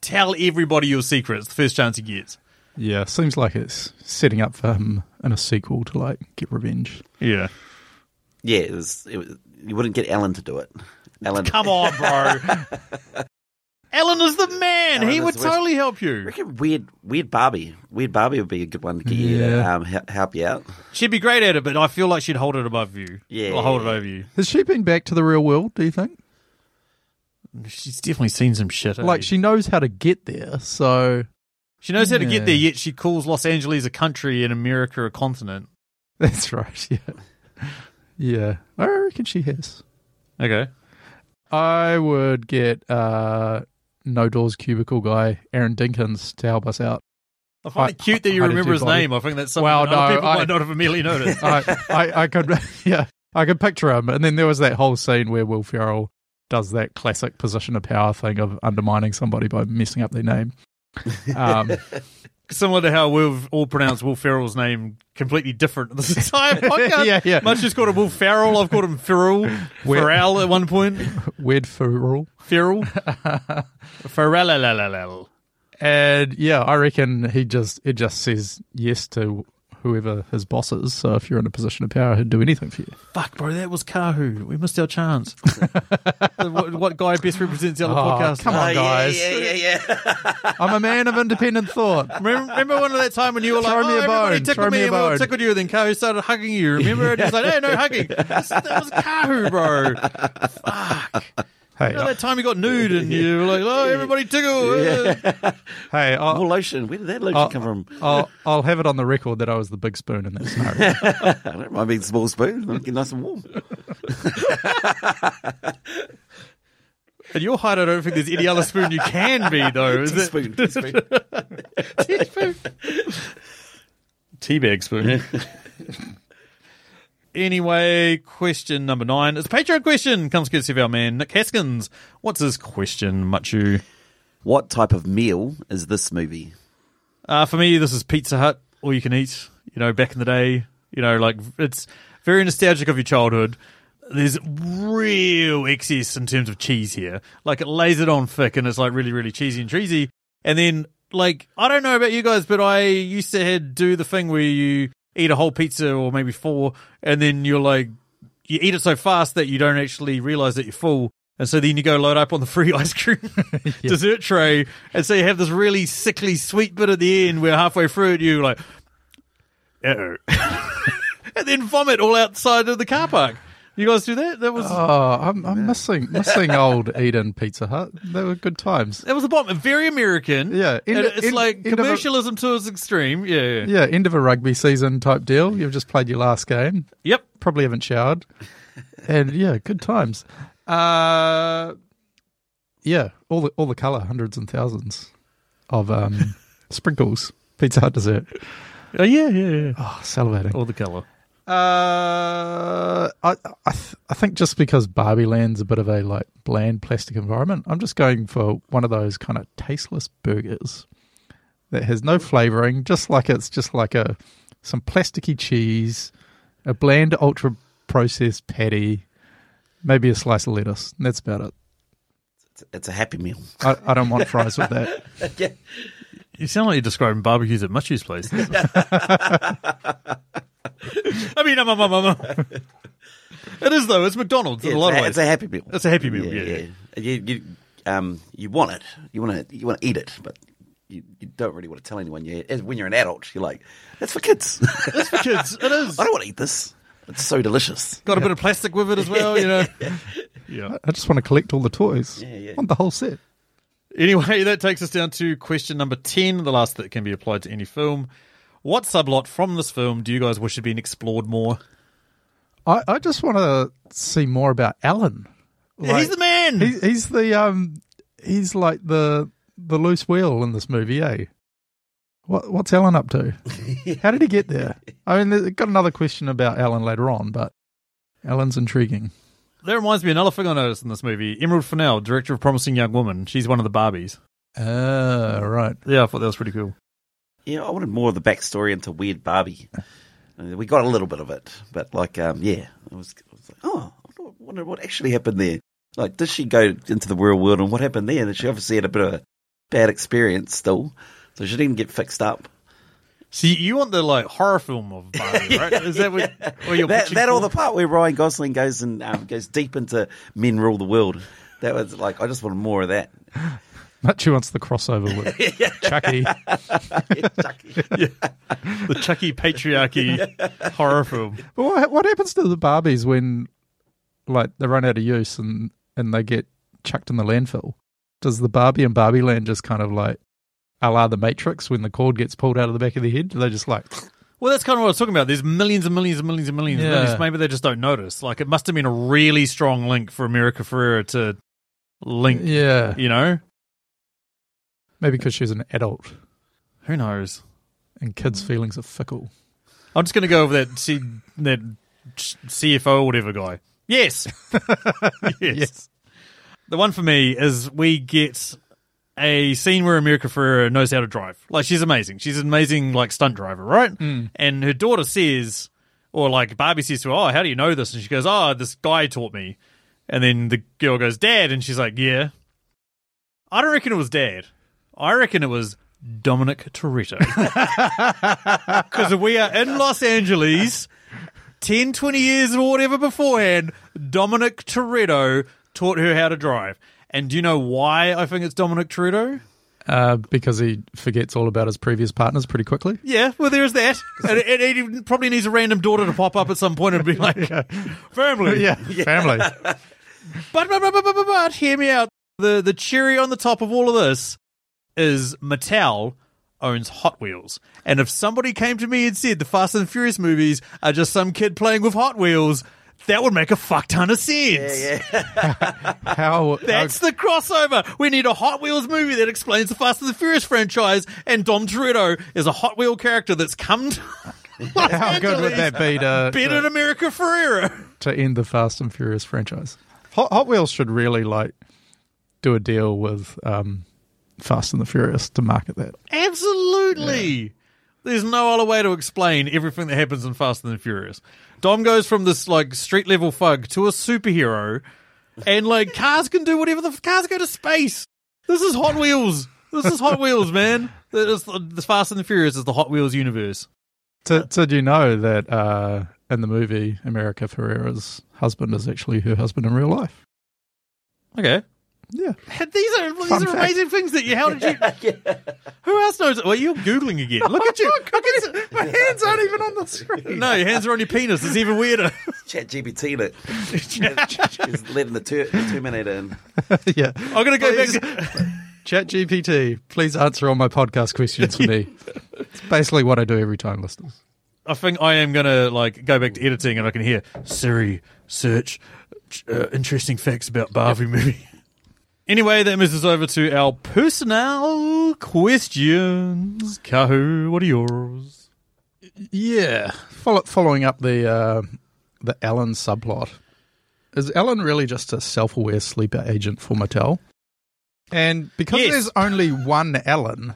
tell everybody your secrets the first chance he gets.
Yeah, seems like it's setting up for him in a sequel to like get revenge.
Yeah.
Yeah, it was, it was. You wouldn't get Alan to do it. Alan,
Come on, bro. Ellen is the man.
Ellen
he
is
would
the best.
totally help
I
you.
reckon weird, weird Barbie. Weird Barbie would be a good one to get you to,
Yeah.
um, he- help you out.
She'd be great at it, but I feel like she'd hold it above you.
Yeah.
Or hold it over you.
Has she been back to the real world, do you think?
She's definitely seen some shit. eh?
Like she knows how to get there, so
She knows how to
Yeah.
get there, yet she calls Los Angeles a country and America a continent.
that's right, yeah. Yeah. I reckon she has.
Okay.
I would get uh no doors cubicle guy, Aaron Dinkins, to help us out.
I find it cute that you
I- I
remember
do
his
body-
name. I think that's something
Well,
that other
no,
people
I-
might not have immediately noticed.
I, I, I could, yeah, I could picture him. And then there was that whole scene where Will Ferrell does that classic position of power thing of undermining somebody by messing up their name. Um,
Similar to how we've all pronounced Will Ferrell's name completely different this entire podcast.
Yeah, yeah.
Much just called him Will Ferrell. I've called him Ferrell.
Where-
Ferrell at one point.
weird Ferrell.
Ferrell. Ferrell.
And yeah, I reckon he just it just says yes to whoever his boss is. So if you're in a position of power, he'd do anything for you.
Fuck, bro, that was Kahu. We missed our chance. what, what guy best represents the other
Oh,
podcast? Uh,
come on,
Oh,
guys.
Yeah, yeah, yeah. yeah.
I'm a man of independent thought.
Remember, remember one of that time when you were like,
Throw
oh,
me a
everybody
bone,
tickled me,
throw me a
and we all
bone."
tickled you, and then Kahu started hugging you, remember? And it was like, hey, no hugging. That's- That was Kahu, bro.
Hey, uh,
Remember that time you got nude, and you were like, oh, everybody tickle. uh."
hey, I'll,
More Oh, lotion. Where did that lotion
I'll-
come from?
I'll I'll have it on the record that I was the big spoon in that scenario.
I don't mind being small spoon. I'll get nice and warm.
At your height, I don't think there's any other spoon you can be, though. Is it?
Teaspoon, teaspoon.
Teabag spoon. anyway, question number nine. It's a Patreon question. Comes courtesy of our man, Nick Haskins. What's his question, Machu?
What type of meal is this movie?
Uh, for me, this is Pizza Hut, all you can eat. You know, back in the day, you know, like it's very nostalgic of your childhood. There's real excess in terms of cheese here. Like it lays it on thick, and it's like really, really cheesy and cheesy. And then, like, I don't know about you guys, but I used to had do the thing where you eat a whole pizza or maybe four, and then you're like, you eat it so fast that you don't actually realize that you're full. And so then you go load up on the free ice cream dessert tray. And so you have this really sickly sweet bit at the end where halfway through it, you're like, uh oh. and then vomit all outside of the car park. You guys do that? That was.
Oh, I'm, I'm missing missing old Eden Pizza Hut. They were good times.
that was the bomb. Very American.
Yeah,
And
end-
it's
end-
like
end of a-
commercialism to its extreme. Yeah, yeah.
Yeah, end of a rugby season type deal. You've just played your last game.
Yep.
Probably haven't showered, and yeah, good times. Uh, yeah, all the all the color, hundreds and thousands of um, sprinkles. Pizza Hut dessert.
Uh, yeah, yeah, yeah.
Oh, salivating.
All the color.
Uh, I I, th- I think just because Barbie Land's a bit of a like bland plastic environment, I'm just going for one of those kind of tasteless burgers that has no flavoring, just like it's just like a some plasticky cheese, a bland ultra processed patty, maybe a slice of lettuce. And that's about it.
It's a happy meal.
I, I don't want fries with that.
yeah.
You sound like you're describing barbecues at Mitchie's place. I mean, um, um, um, um, um. it is though. It's McDonald's in a
it's
lot
a-
of ways.
It's a happy meal.
It's a happy meal, yeah,
You, you, um, you want it. You want to. You want to eat it, but you, you don't really want to tell anyone. You, as when you're an adult, you're like, "That's for kids. I
It's for kids. It is.
don't want to eat this. It's so delicious."
Got a bit of plastic with it as well, you know.
I just want to collect all the toys. Yeah,
yeah.
want the whole set.
Anyway, that takes us down to question number 10, the last that can be applied to any film. What sublot from this film do you guys wish had been explored more?
I, I just want to see more about Alan.
he's the man!
He, he's the um, he's like the the loose wheel in this movie, eh? What what's Alan up to? How did he get there? I mean, there- got another question about Alan later on, but Alan's intriguing.
that reminds me of another thing I noticed in this movie. Emerald Fennell, director of Promising Young Woman. She's one of the Barbies.
Ah, right.
Yeah, I thought that was pretty cool.
Yeah, I wanted more of the backstory into Weird Barbie. Uh, We got a little bit of it, but like, um, yeah, I was, I was like, oh, I wonder- wonder what actually happened there. Like, did she go into the real world and what happened there? And she obviously had a bit of a bad experience still, so she didn't get fixed up.
See, you want the like horror film of Barbie, right? Is that what, what you're
that,
pitching
that
for?
or the part where Ryan Gosling goes and um, goes deep into men rule the world. That was like, I just wanted more of that.
But she wants the crossover with Chucky.
the Chucky patriarchy horror film?
But what, what happens to the Barbies when, like, they run out of use and and they get chucked in the landfill? Does the Barbie and Barbie Land just kind of like, a la the Matrix when the cord gets pulled out of the back of the head? Do they just like,
Well, that's kind of what I was talking about. There's millions and millions and millions and millions. And
Yeah.
millions. Maybe they just don't notice. Like it must have been a really strong link for America Ferrera to link.
yeah,
You know,
maybe because she's an adult
who knows?
and kids' feelings are fickle.
I'm just gonna go over that C- that CFO or whatever guy. Yes. yes, The one for me is we get a scene where America Ferrera knows how to drive. Like she's amazing. She's an amazing like stunt driver, right? And her daughter says, or like Barbie says to her, "Oh, how do you know this?" And she goes, "Oh, this guy taught me." And then the girl goes, "Dad," and she's like, "Yeah." I don't reckon it was Dad. I reckon it was Dominic Toretto. Because we are in Los Angeles 10, 20 years or whatever beforehand. Dominic Toretto taught her how to drive. And do you know why I think it's Dominic Toretto?
Uh, because he forgets all about his previous partners pretty quickly.
Yeah, well, there's that. and it, it even probably needs a random daughter to pop up at some point and be like, family.
family.
But, but, but, but, but, but, but, hear me out. The, the cherry on the top of all of this is Mattel owns Hot Wheels. And if somebody came to me and said the Fast and Furious movies are just some kid playing with Hot Wheels, that would make a fuck ton of sense.
How
That's the crossover. We need a Hot Wheels movie that explains the Fast and the Furious franchise, and Dom Toretto is a Hot Wheel character that's come to Los
how, how good would
Angeles,
that be to,
been
to-
in America Ferrera.
to end the Fast and Furious franchise. Hot, Hot Wheels should really like do a deal with um, Fast and the Furious to market that.
Absolutely. There's no other way to explain everything that happens in Fast and the Furious. Dom goes from this like street level thug to a superhero, and like cars can do whatever the f- cars go to space. This is Hot Wheels. This is Hot Wheels, man. This, this Fast and the Furious is the Hot Wheels universe.
Did, did you know that uh, in the movie, America Ferrera's husband is actually her husband in real life?
Okay.
Yeah.
These are these
Fun
are
fact.
amazing things that you. How did you? Who else knows? Well, you're googling again. Look at you.
Oh,
Look at
My hands aren't even on the screen.
No, your hands are on your penis. It's even weirder.
Chat GPT it. It's letting the, ter- the Terminator in.
yeah.
I'm gonna go back.
Please. Chat GPT, please answer all my podcast questions for me. It's basically what I do every time, listeners.
I think I am gonna like go back to editing, and I can hear Siri search uh, interesting facts about Barbie movie. Anyway, that moves us over to our personnel questions. Kahu, what are yours?
Yeah, Follow, following up the uh, the Alan subplot, is Alan really just a self-aware sleeper agent for Mattel? And because
Yes.
there's only one Alan,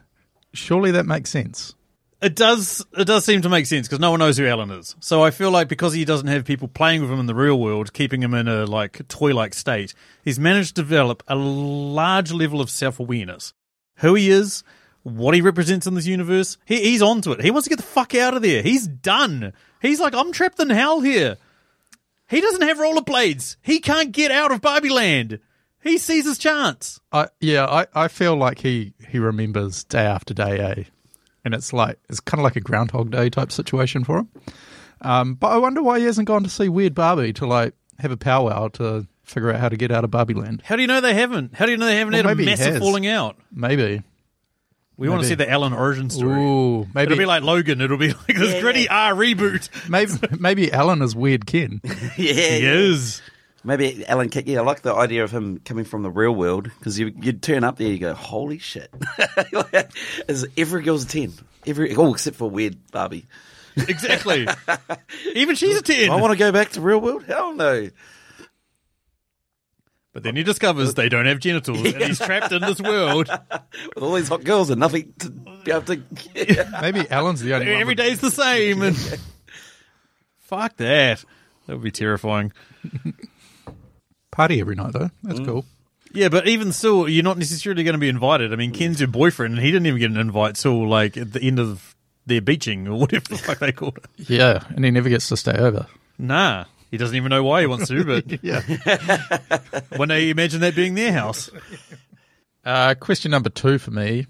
surely that makes sense.
it does it does seem to make sense because no one knows who Alan is. So I feel like because he doesn't have people playing with him in the real world, keeping him in a like toy like state, he's managed to develop a large level of self awareness. Who he is, what he represents in this universe, he, he's onto it. He wants to get the fuck out of there. He's done. He's like, I'm trapped in hell here. He doesn't have rollerblades. He can't get out of Barbie Land. He sees his chance.
I yeah, I, I feel like he he remembers day after day, eh? And it's like it's kind of like a Groundhog Day type situation for him. Um, but I wonder why he hasn't gone to see Weird Barbie to like have a powwow to figure out how to get out of Barbie Land.
How do you know they haven't? How do you know they haven't
Well,
had a
maybe he
massive
has.
falling out?
Maybe.
We want to
Maybe.
see the Alan origin story.
Ooh, maybe
It'll be like Logan. It'll be like this gritty R reboot.
maybe maybe Alan is weird Ken.
yeah,
He
yeah.
is.
Maybe Alan Kidd. Yeah, I like the idea of him coming from the real world because you, you'd turn up there, you go, holy shit. Is every girl's a 10. Every, oh, except for Weird Barbie.
Exactly. Even she's a 10.
I want to go back to real world? Hell no.
but then he discovers they don't have genitals and he's trapped in this world.
With all these hot girls and nothing to be able to.
Maybe Alan's the only one.
Every
with-
day's the same. And Fuck that. That would be terrifying.
party every night though. That's cool.
Yeah, but even still, you're not necessarily going to be invited. I mean, Ken's your boyfriend and he didn't even get an invite till like at the end of their beaching or whatever the fuck they called it.
Yeah, and he never gets to stay over.
Nah. He doesn't even know why he wants to, but
Yeah.
one day you imagine that being their house.
Uh, question number two for me.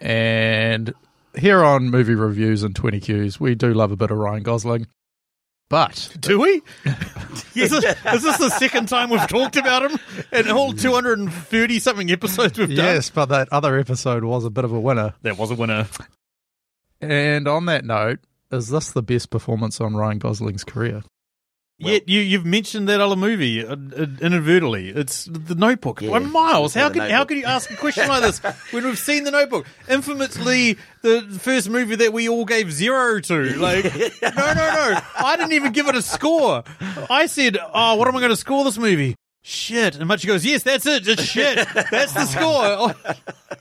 And here on movie reviews and 20 Qs, we do love a bit of Ryan Gosling. But
Do we? is, this, is this the second time we've talked about him in all 230 something episodes we've done?
yes, but that other episode was a bit of a winner.
That was a winner.
And on that note, is this the best performance on Ryan Gosling's career?
Yet you, you've mentioned that other movie uh, uh, inadvertently. It's The Notebook.
Yeah,
By Miles,
it's
how
The
can how
Notebook.
can you ask a question like this when we've seen The Notebook? Infamously, the first movie that we all gave zero to. Like, no, no, no. I didn't even give it a score. I said, oh, what am I going to score this movie? Shit. And Much goes, yes, that's it. It's shit. That's the score.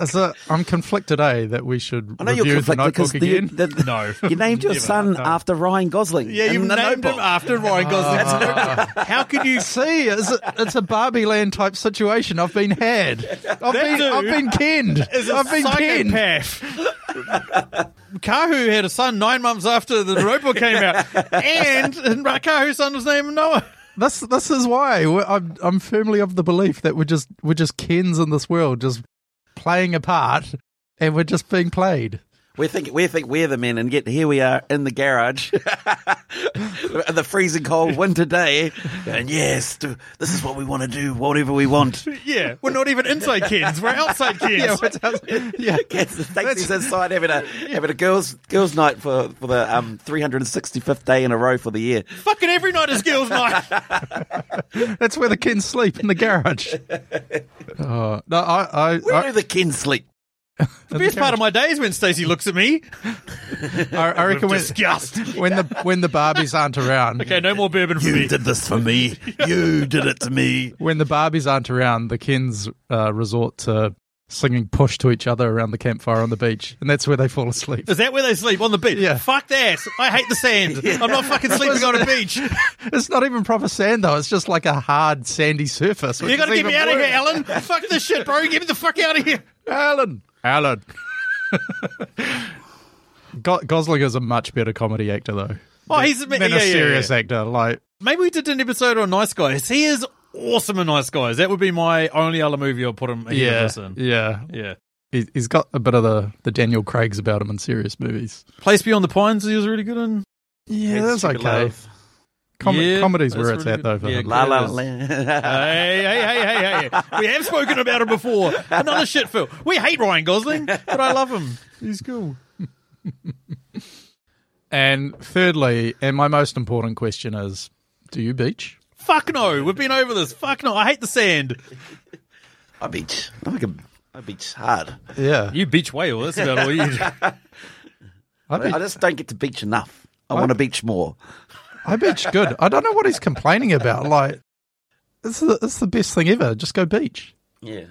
Is it, I'm conflicted, eh, that we should
I know
review
you're conflicted
the
because
notebook
the,
again?
the,
No.
you named your son after Ryan Gosling.
Yeah,
in
you
the
named
notebook.
him after Ryan Gosling. How could you?
See, it's a, it's a Barbie land type situation. I've been had. I've, been,
dude
I've been kenned.
Is a
I've been kenned.
psychopath. Kahu had a son nine months after the notebook came out, and, and Kahu's son was named Noah.
This this is why we're- I'm I'm firmly of the belief that we're just we're just kins in this world, just playing a part, and we're just being played.
We think we think we're the men, and yet here we are in the garage, in the freezing cold winter day. And yes, do- this is what we want to do, whatever we want.
Yeah, we're not even inside kids; we're outside kids.
Yeah, we're just- yeah.
Yes, the Stacey's inside having a having a girls girls night for for the um 365th day in a row for the year.
Fucking every night is girls' night.
That's where the kins sleep in the garage. Oh, no, I, I,
Where
I,
do the kin sleep?
The best part of my day is when Stacey looks at me
I, I reckon
with
when,
disgust.
when the when the Barbies aren't around,
Okay, no more bourbon for me.
did this for me. You did it to me.
when the Barbies aren't around, the kins uh, resort to singing push to each other around the campfire on the beach, and that's where they fall asleep.
Is that where they sleep on the beach?
Yeah.
Fuck that! I hate the sand. I'm not fucking sleeping on a beach.
It's not even proper sand though; it's just like a hard sandy surface.
You gotta get me out of here, Alan. Fuck this shit, bro. Get me the fuck out of here.
Alan. Alan. Go- Gosling is a much better comedy actor, though,
Oh, he's a, bit-
than
yeah,
a
yeah,
serious eh?
yeah.
actor. Like,
Maybe we did an episode on Nice Guys. He is awesome in Nice Guys. That would be my only other movie I'll put him ahead of
yeah,
this in.
yeah,
Yeah.
He- he's got a bit of the, the Daniel Craig's about him in serious movies.
Place Beyond the Pines, he was really good in.
Yeah, that's
Stupid
okay.
Love.
Com-
Yeah,
comedy's
that's
where it's
really
at, though.
good.
For
Yeah,
him.
La la
Goodness.
la.
Hey, hey, hey, hey, hey. We have spoken about him before. Another shit film. We hate Ryan Gosling, but I love him.
He's cool. and thirdly, and my most important question is: Do you beach?
Fuck no. We've been over this. Fuck no. I hate the sand.
I beach. I'm like a I beach hard.
Yeah,
You beach whale. That's about all you do.
I beach.
I just don't get to beach enough. I want to beach more.
I beach good. I don't know what he's complaining about. Like, it's the, it's the best thing ever. Just go beach.
Yeah.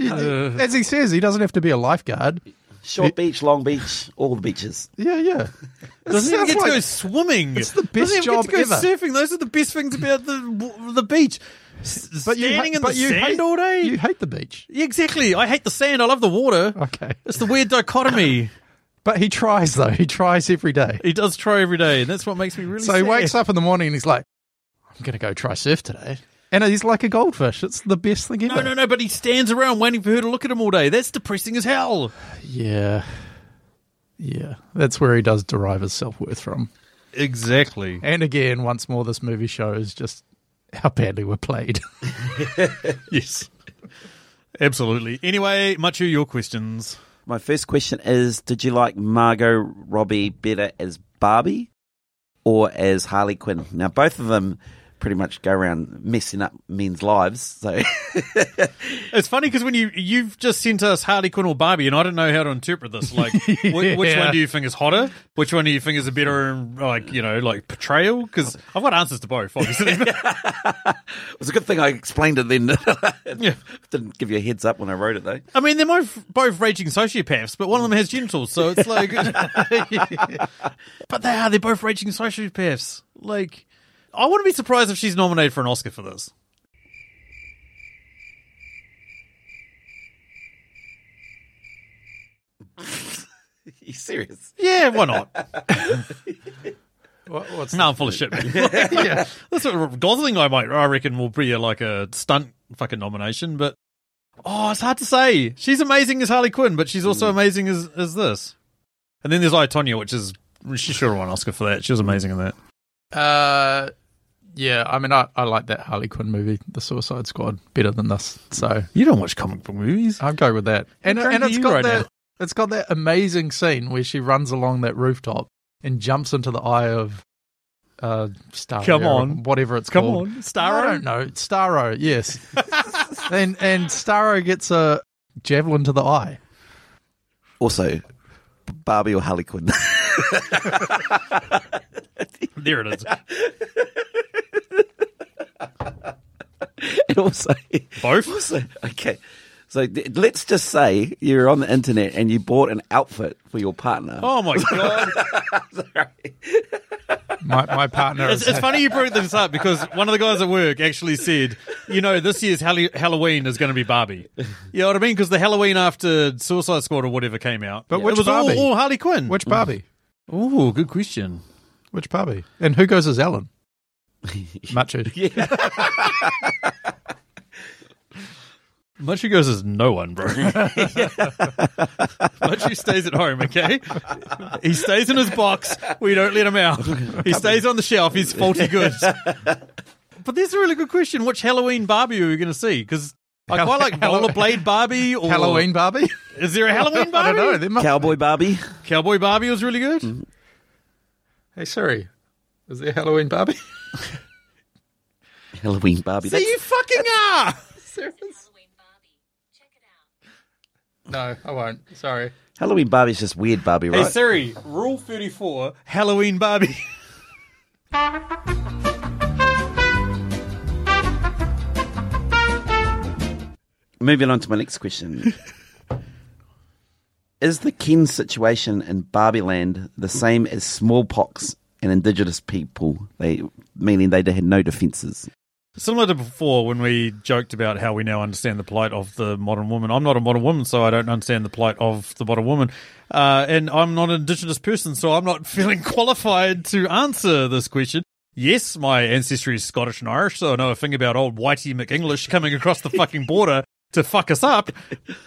Uh.
You- As he says, he doesn't have to be a lifeguard.
Short Beach, Long Beach, all the beaches.
Yeah, yeah. It
Doesn't even
sounds
get to
like-
go swimming.
It's the best
Doesn't even
job
get to go
ever.
surfing. Those are the best things about the the beach. S-
but you,
Standing
ha-
in
but
the
you
sand
hate,
all day.
You hate the beach.
Yeah, exactly. I hate the sand. I love the water.
Okay.
It's the weird dichotomy.
But he tries though. He tries every day.
he does try every day, and that's what makes me really.
So he wakes up in the morning and he's like, I'm going to go try surf today. And he's like a goldfish. It's the best thing ever.
No, no, no. But he stands around waiting for her to look at him all day. That's depressing as hell.
Yeah. Yeah. That's where he does derive his self worth from.
Exactly.
And again, once more, this movie shows just how badly we're played.
Yes. Absolutely. Anyway, much of your questions.
My first question is Did you like Margot Robbie better as Barbie or as Harley Quinn? Now, both of them pretty much go around messing up men's lives. So,
It's funny because when you you've just sent us Harley Quinn or Barbie, and I don't know how to interpret this. Like, wh- which
Yeah.
one do you think is hotter? Which one do you think is a better, like you know, like portrayal? Because I've got answers to both, obviously.
it's a good thing I explained it then.
Yeah.
Didn't give you a heads up when I wrote it, though.
I mean, they're both, both raging sociopaths, but one of them has genitals, so it's like. but they are, they're both raging sociopaths. Like, I wouldn't be surprised if she's nominated for an Oscar for this.
you serious?
Yeah, why not?
what, what's
no, I'm full of shit, man. yeah. That's what Gosling, I might, I reckon, will be a, like a stunt fucking nomination, but. Oh, it's hard to say. She's amazing as Harley Quinn, but she's
Mm.
also amazing as, as this. And then there's Itonia, which is. She should have won an Oscar for that. She was amazing in that.
Uh, yeah, I mean, I, I like that Harley Quinn movie, The Suicide Squad, better than this. So
You don't watch comic book movies.
I'll go with that. And
drunk
and
are
it's
you
got
right
that
now?
it's got that amazing scene where she runs along that rooftop and jumps into the eye of uh Starro.
Come
or
on.
whatever it's
Come
called.
on, Starro?
I don't know. Starro, yes. and and Starro gets a javelin to the eye.
Also, Barbie or Harley Quinn?
There it is.
and also,
Both?
So, okay. So th- let's just say you're on the internet and you bought an outfit for your partner.
Oh my god!
My my partner
It's,
is
it's funny you brought this up because one of the guys at work actually said, "You know, this year's Hall- Halloween is going to be Barbie." You know what I mean? Because the Halloween after Suicide Squad or whatever came out,
But
it
which
was
Barbie?
all, all Harley Quinn.
which Barbie?
Oh, good question.
Which Barbie? And who goes as Ellen? Macho.
Munchie goes as no one, bro. Munchie stays at home, okay? He stays in his box. We don't let him out. He stays on the shelf. He's faulty goods. But there's a really good question. Which Halloween Barbie are we going to see? Because I quite like
Hall-
rollerblade Barbie or
Halloween Barbie?
Is there a Halloween
I don't
Barbie?
know. Mm. There must-
Cowboy Barbie.
Cowboy Barbie was really good.
hey Siri, is there Halloween Barbie?
Halloween Barbie.
There
That's-
you fucking are.
Halloween Barbie. Check it out.
No, I won't. Sorry.
Halloween Barbie's just weird Barbie,
Hey
right?
Siri, Rule 34, Halloween Barbie.
Moving on to my next question. Is the Ken situation in Barbie land the same as smallpox and indigenous people? They meaning they had no defences.
Similar to before when we joked about how we now understand the plight of the modern woman. I'm not a modern woman, so I don't understand the plight of the modern woman. Uh, and I'm not an Indigenous person, so I'm not feeling qualified to answer this question. Yes, my ancestry is Scottish and Irish, so I know a thing about old Whitey McEnglish coming across the fucking border to fuck us up,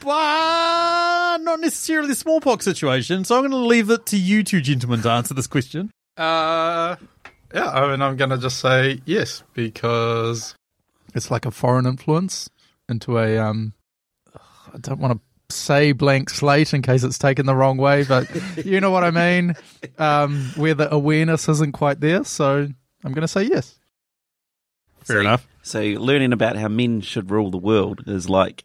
but not necessarily the smallpox situation. So I'm going to leave it to you two gentlemen to answer this question.
Uh, yeah, I mean, I'm going to just say yes because it's like a foreign influence into a. Um, I don't want to say blank slate in case it's taken the wrong way, but you know what I mean. Um, where the awareness isn't quite there, so I'm going to say yes.
Fair enough.
So learning about how men should rule the world is like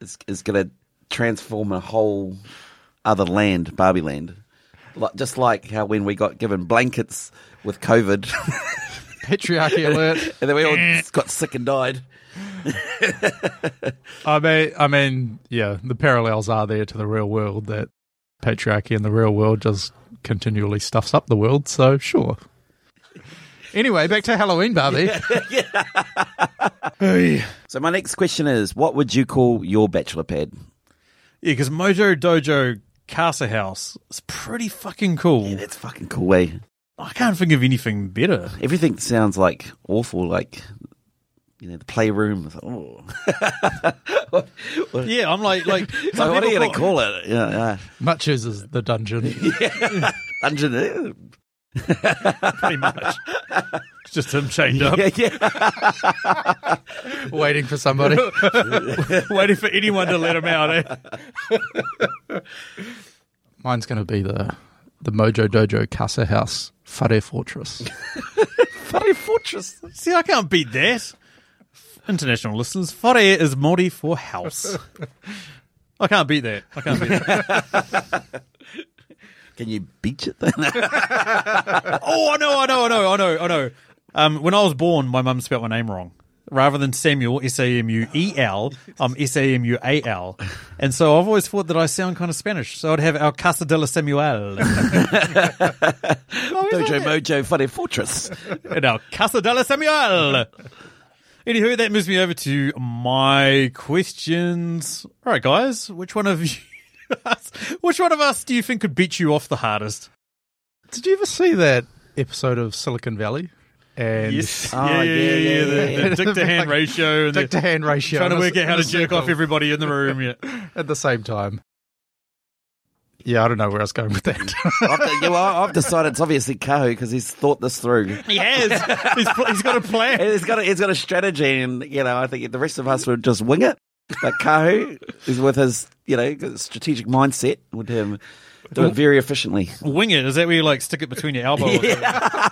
is is going to transform a whole other land, Barbie land. Like, just like how when we got given blankets with COVID,
Patriarchy alert.
and then we all got sick and died.
I mean, I mean, yeah, the parallels are there to the real world that patriarchy in the real world just continually stuffs up the world. So sure. Anyway, back to Halloween, Barbie.
yeah,
So my next question is, what would you call your bachelor pad?
because Mojo Dojo Casa House is pretty fucking cool.
Yeah, that's fucking cool, eh?
I can't think of anything better.
Everything sounds like awful, like you know the playroom. It's like, Oh,
Yeah, I'm like, like,
Like,
some
what are you
people
gonna call it? Yeah, yeah.
Much as is the dungeon.
dungeon. eh?
pretty much. It's just him chained up,
Yeah, yeah.
Waiting for somebody.
waiting for anyone to let him out. Eh?
Mine's going to be the the Mojo Dojo Casa House Fare Fortress.
Bloody fortress.
See, I can't beat that. International listeners, whare is Māori for house. I can't beat that. I can't beat that.
Can you beach it then?
oh, I know, I know, I know, I know, I know. Um, when I was born, my mum spelt my name wrong. Rather than Samuel, S A M U E L, I'm S A M U A L. And so I've always thought that I sound kind of Spanish. So I'd have our Casa de la Samuel.
Dojo Mojo Funny Fortress.
and our Casa de la Samuel. Anywho, that moves me over to my questions. All right, guys, which one of you, which one of us do you think could beat you off the hardest?
Did you ever see that episode of Silicon Valley? And
Oh,
yeah, yeah, yeah, yeah,
yeah,
the-
yeah,
The, dick to hand
Like,
ratio, and the-
dick to hand ratio.
trying to
And
work out how to
it's-
jerk off everybody in the room. Yeah,
at the same time. Yeah, I don't know where I was going with that.
I've, yeah, well, I've decided it's obviously Kahu because he's thought this through.
he has. he's, pl- he's got a plan.
He's got a, he's got a strategy, and you know I think the rest of us would just wing it. But Kahu is with his you know strategic mindset would him do it very efficiently.
Wing it. Is that where you like stick it between your elbow? or
yeah.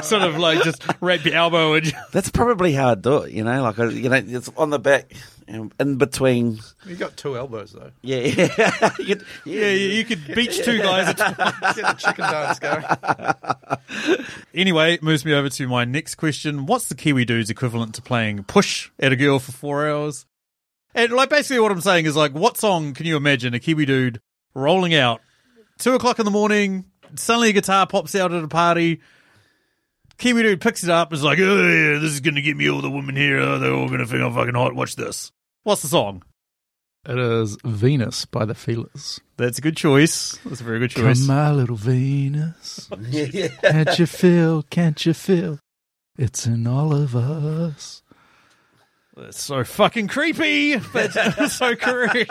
Sort of like just wrap your elbow and.
That's probably how I do it. You know, like I- you know, it's on the back, and in between.
you got two elbows though.
Yeah, yeah, yeah.
Yeah, you you could beach two guys at
Get the chicken dance going.
Anyway, moves me over to my next question. What's the Kiwi dude's equivalent to playing push at a girl for four hours? And like basically what I'm saying is like what song can you imagine a Kiwi dude rolling out two o'clock in the morning, suddenly a guitar pops out at a party, Kiwi dude picks it up and is like, Oh yeah, this is gonna get me all the women here, oh, they're all gonna think I'm fucking hot, watch this. What's the song?
It is Venus by the Feelers.
That's a good choice. That's a very good choice.
my little Venus. can't you feel? Can't you feel? It's in all of us.
That's so fucking creepy, but so correct.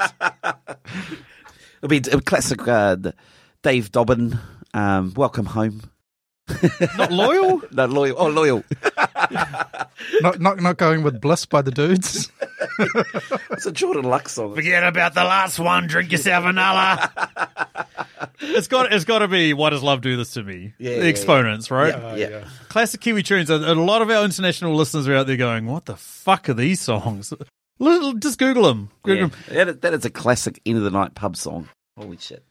It'll be a classic uh, Dave Dobbin. Um, welcome home.
Not loyal?
No, loyal. Oh, loyal.
Not, not, not going with Bliss by the Dudes.
It's a Jordan Lux song.
Forget about the last one. Drink yourself another. it's got. It's got to be. Why does love do this to me?
Yeah,
the
yeah,
exponents, right?
Uh, yeah.
Classic Kiwi tunes. A a lot of our international listeners are out there going, "What the fuck are these songs?" Little, just Google them. Google 'em.
yeah. That is- that is a classic end of the night pub song. Holy shit.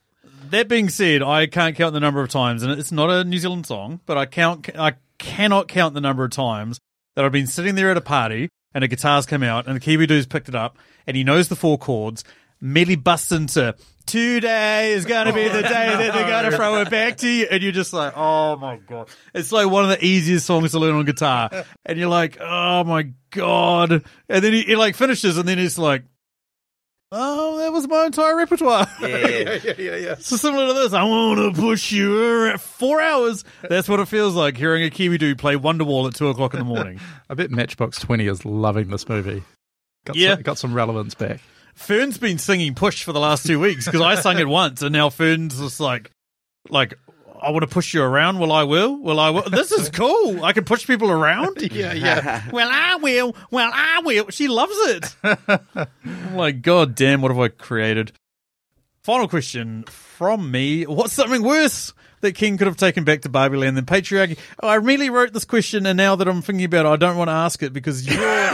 That being said, I can't count the number of times, and it's not a New Zealand song, but I count. I cannot count the number of times that I've been sitting there at a party and a guitar's come out and the Kiwi dude's picked it up and he knows the four chords, merely busts into "Today is going to be the day that they're going to throw it back to you," and you're just like, "Oh my god!" It's like one of the easiest songs to learn on guitar, and you're like, "Oh my god!" And then he, he like finishes, and then it's like. Oh, that was my entire repertoire. So similar to this, I want to push you around. four hours. That's what it feels like hearing a Kiwi dude play Wonderwall at two o'clock in the morning.
I bet Matchbox 20 is loving this movie. Got
Yeah.
Some, got some relevance back.
Fern's been singing Push for the last two weeks because I sung it once, and now Fern's just like, like I want to push you around. Well, I will. Well, I will. This is cool. I can push people around.
Yeah, yeah.
Well, I will. Well, I will. She loves it. I'm like, Oh God damn, what have I created? Final question from me. What's something worse that King could have taken back to Barbie Land than patriarchy? Oh, I really wrote this question, and now that I'm thinking about it, I don't want to ask it because you're,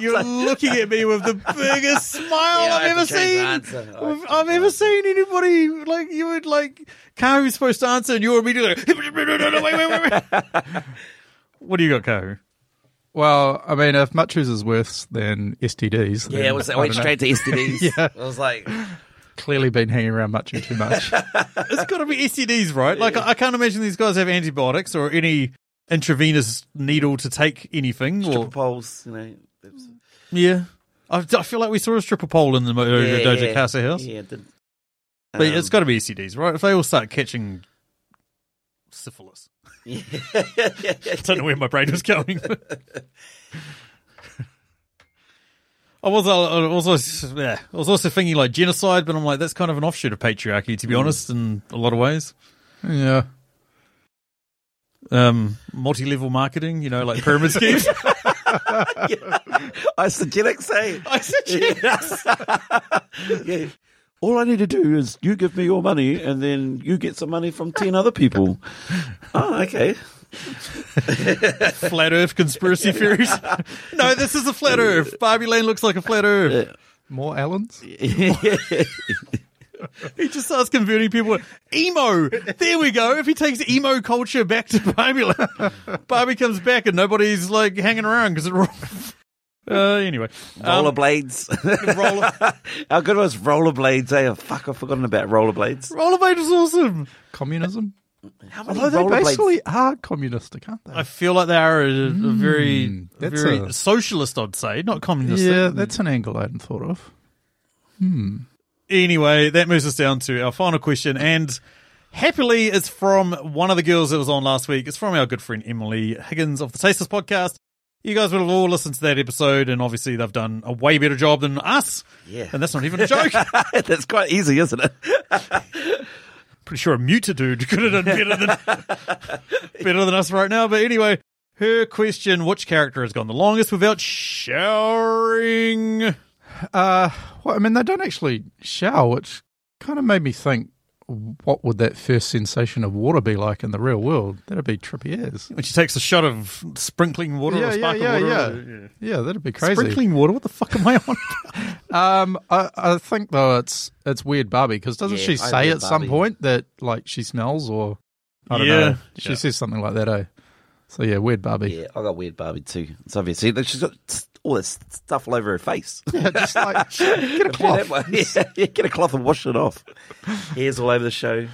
you're looking at me with the biggest smile
Yeah, I
I've
have
ever
to change the
seen.
answer. I have
I've,
to
I've
change
ever seen anybody like you would like Kahu's supposed to answer, and you're immediately like, wait, wait, wait, wait. What do you got, Kahu?
Well, I mean, if Machus is worse than STDs,
Yeah,
then
it was.
I
It went
don't know.
straight to STDs. yeah. I was like,
Clearly, been hanging around Machu too much.
it's got to be STDs, right? Like, I I can't imagine these guys have antibiotics or any intravenous needle to take anything. Or,
triple poles, you know. that's-
yeah. I, I feel like we saw a stripper pole in the Mo- uh, Doja Casa house.
Yeah, it did.
But it's got to be STDs, right? If they all start catching syphilis.
Um,
I don't know where my brain was going. I was uh, also yeah, I was also thinking like genocide, but I'm like that's kind of an offshoot of patriarchy, to be honest, in a lot of ways.
yeah.
Um, multi-level marketing, you know, like pyramid schemes.
Isogenics, eh?
Isogenics.
yeah. All I need to do is you give me your money, and then you get some money from ten other people. oh, okay.
flat Earth conspiracy theories. no, this is a flat Earth. Barbie Lane looks like a flat Earth.
More Allens?
He just starts converting people. Emo. There we go. If he takes emo culture back to Barbie, Lane, Barbie comes back and nobody's like hanging around because it. Uh, anyway, Um,
Rollerblades.
roller,
How good was rollerblades? Eh? Oh, fuck, I've forgotten about rollerblades.
rollerblade is awesome.
Communism?
How many
Although they
rollerblades?
basically are communistic, aren't they?
I feel like they are a, a very, a
Hmm. that's
very
a-
socialist. I'd say not communist.
yeah, that's an angle I hadn't thought of.
Anyway, that moves us down to our final question. And happily, it's from one of the girls that was on last week. It's from our good friend Emily Higgins of the Tasteless Podcast. You guys will have all listened to that episode, and obviously, they've done a way better job than us.
Yeah.
And that's not even a joke.
That's quite easy, isn't it?
Pretty sure a muted dude could have done better than, better than us right now. But anyway, her question which character has gone the longest without showering?
Uh, well, I mean, they don't actually shower, which kind of made me think, what would that first sensation of water be like in the real world? That'd be trippy as.
When she takes a shot of sprinkling water
Yeah,
or
yeah,
sparkling
yeah,
water.
yeah. Yeah, that'd be crazy.
Sprinkling water? What the fuck am I on?
Um, I, I think though it's it's weird, Barbie, because doesn't
Yeah,
she
I
say
read
at some
Barbie.
point that like she smells or I don't
Yeah.
know. She
Yeah.
says something like that, eh? So yeah, weird Barbie.
Yeah, I got weird Barbie too. It's obviously like, she's got all this stuff all over her face.
Just like get a cloth.
yeah, yeah, get a cloth and wash it off. Hair's all over the show.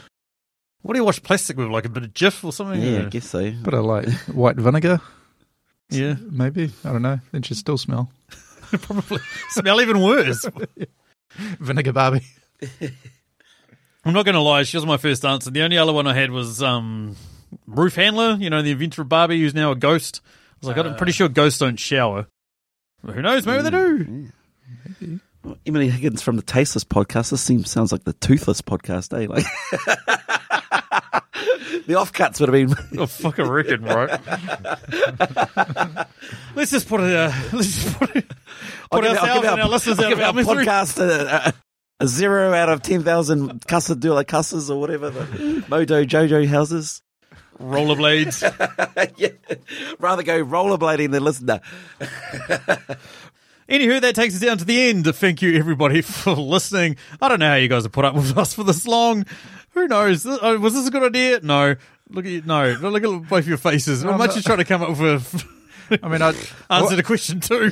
What do you wash plastic with? Like a bit of GIF or something?
Yeah, I guess so.
Bit of like white vinegar,
yeah.
maybe. I don't know. Then she still smell.
probably. Smell even worse.
Vinegar Barbie.
I'm not going to lie. She was my first answer. The only other one I had was um, Roof Handler, you know, the inventor of Barbie, who's now a ghost. I was like, I'm pretty sure ghosts don't shower. But who knows? Maybe they do.
Mm. Emily Higgins from the Tasteless podcast. This seems sounds like the Toothless podcast, eh? Like the offcuts would have been.
Oh, fuck a record, right? let's just put it. Uh, let's just put it.
I'll
Put
give I'll
ourselves
give
and our listeners
I'll
out
give
of our
our
misery.
podcast a, a, a zero out of ten thousand Casadula cusses or whatever the Modo Jojo houses.
Rollerblades.
Yeah. Rather go rollerblading than listener.
Anywho, that takes us down to the end. Thank you, everybody, for listening. I don't know how you guys have put up with us for this long. Who knows? Uh, Was this a good idea? No. Look at you. No. Look at both your faces. How much you trying to come up with?
I mean, I
Answer to question two.
One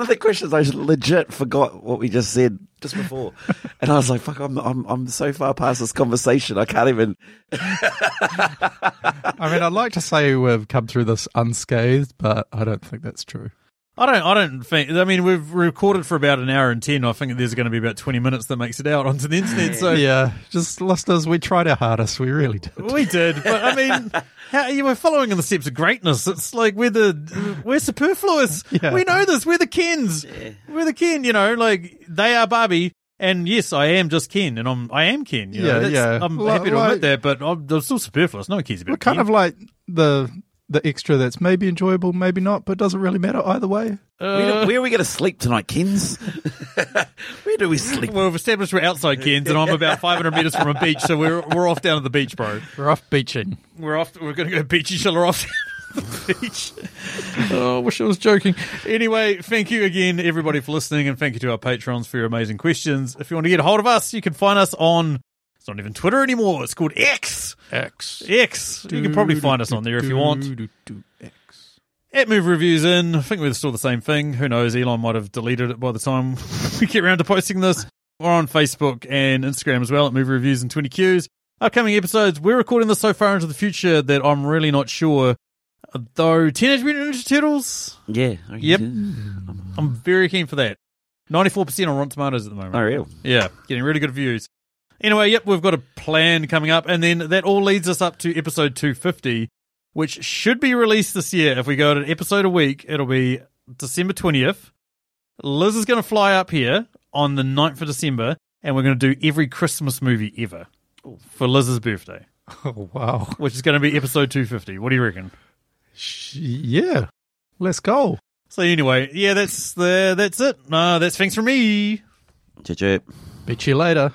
of the questions I legit forgot what we just said just before, and I was like, "Fuck! I'm I'm I'm so far past this conversation. I can't even."
I mean, I'd like to say we've come through this unscathed, but I don't think that's true.
I don't. I don't think. I mean, we've recorded for about an hour and ten. I think there's going to be about twenty minutes that makes it out onto the internet. So
So yeah, just listeners, we tried our hardest. We really did.
we did. But I mean, how, you were following in the steps of greatness. It's like we're the we're superfluous.
Yeah.
We know this. We're the Kens. We're the Ken. You know, like they are Barbie. And yes, I am just Ken, and I'm I am Ken. You know,
Yeah,
that's-
yeah.
I'm
Like-
happy to
like-
admit that, but I'm, I'm still superfluous. No one cares about
We're kind
Ken.
of like the the extra that's maybe enjoyable, maybe not, but doesn't really matter either way.
Where, do- where are we going to sleep tonight, Kins? where do we sleep?
well, we've established we're outside Kens, and I'm about 500 meters from a beach, so we're we're off down to the beach, bro.
We're off beaching.
We're off. We're going to go beach each other off the beach. oh, I wish I was joking. Anyway, thank you again, everybody, for listening, and thank you to our patrons for your amazing questions. If you want to get a hold of us, you can find us on. It's not even Twitter anymore. It's called X.
X.
X. You can probably find us on there if you want. At Movie Reviews In, I think we're still the same thing. Who knows? Elon might have deleted it by the time we get around to posting this. We're on Facebook and Instagram as well at Movie Reviews and 20 Qs. Upcoming episodes, we're recording this so far into the future that I'm really not sure. Though Teenage Mutant Ninja Turtles,
Yeah. I
Yep.
can-
I'm very keen for that. 94% on Rotten Tomatoes at the moment.
Oh, real.
Yeah, getting really good views. Anyway, yep, we've got a plan coming up, and then that all leads us up to episode 250, which should be released this year. If we go to an episode a week, it'll be December 20th. Liz is going to fly up here on the 9th of December, and we're going to do every Christmas movie ever for Liz's birthday,
Oh, wow.
which is going to be episode 250. What do you reckon?
Sh- Yeah. Let's go.
So anyway, yeah, that's the that's it. No, that's thanks for me.
Chirp, chirp.
Bitch you later.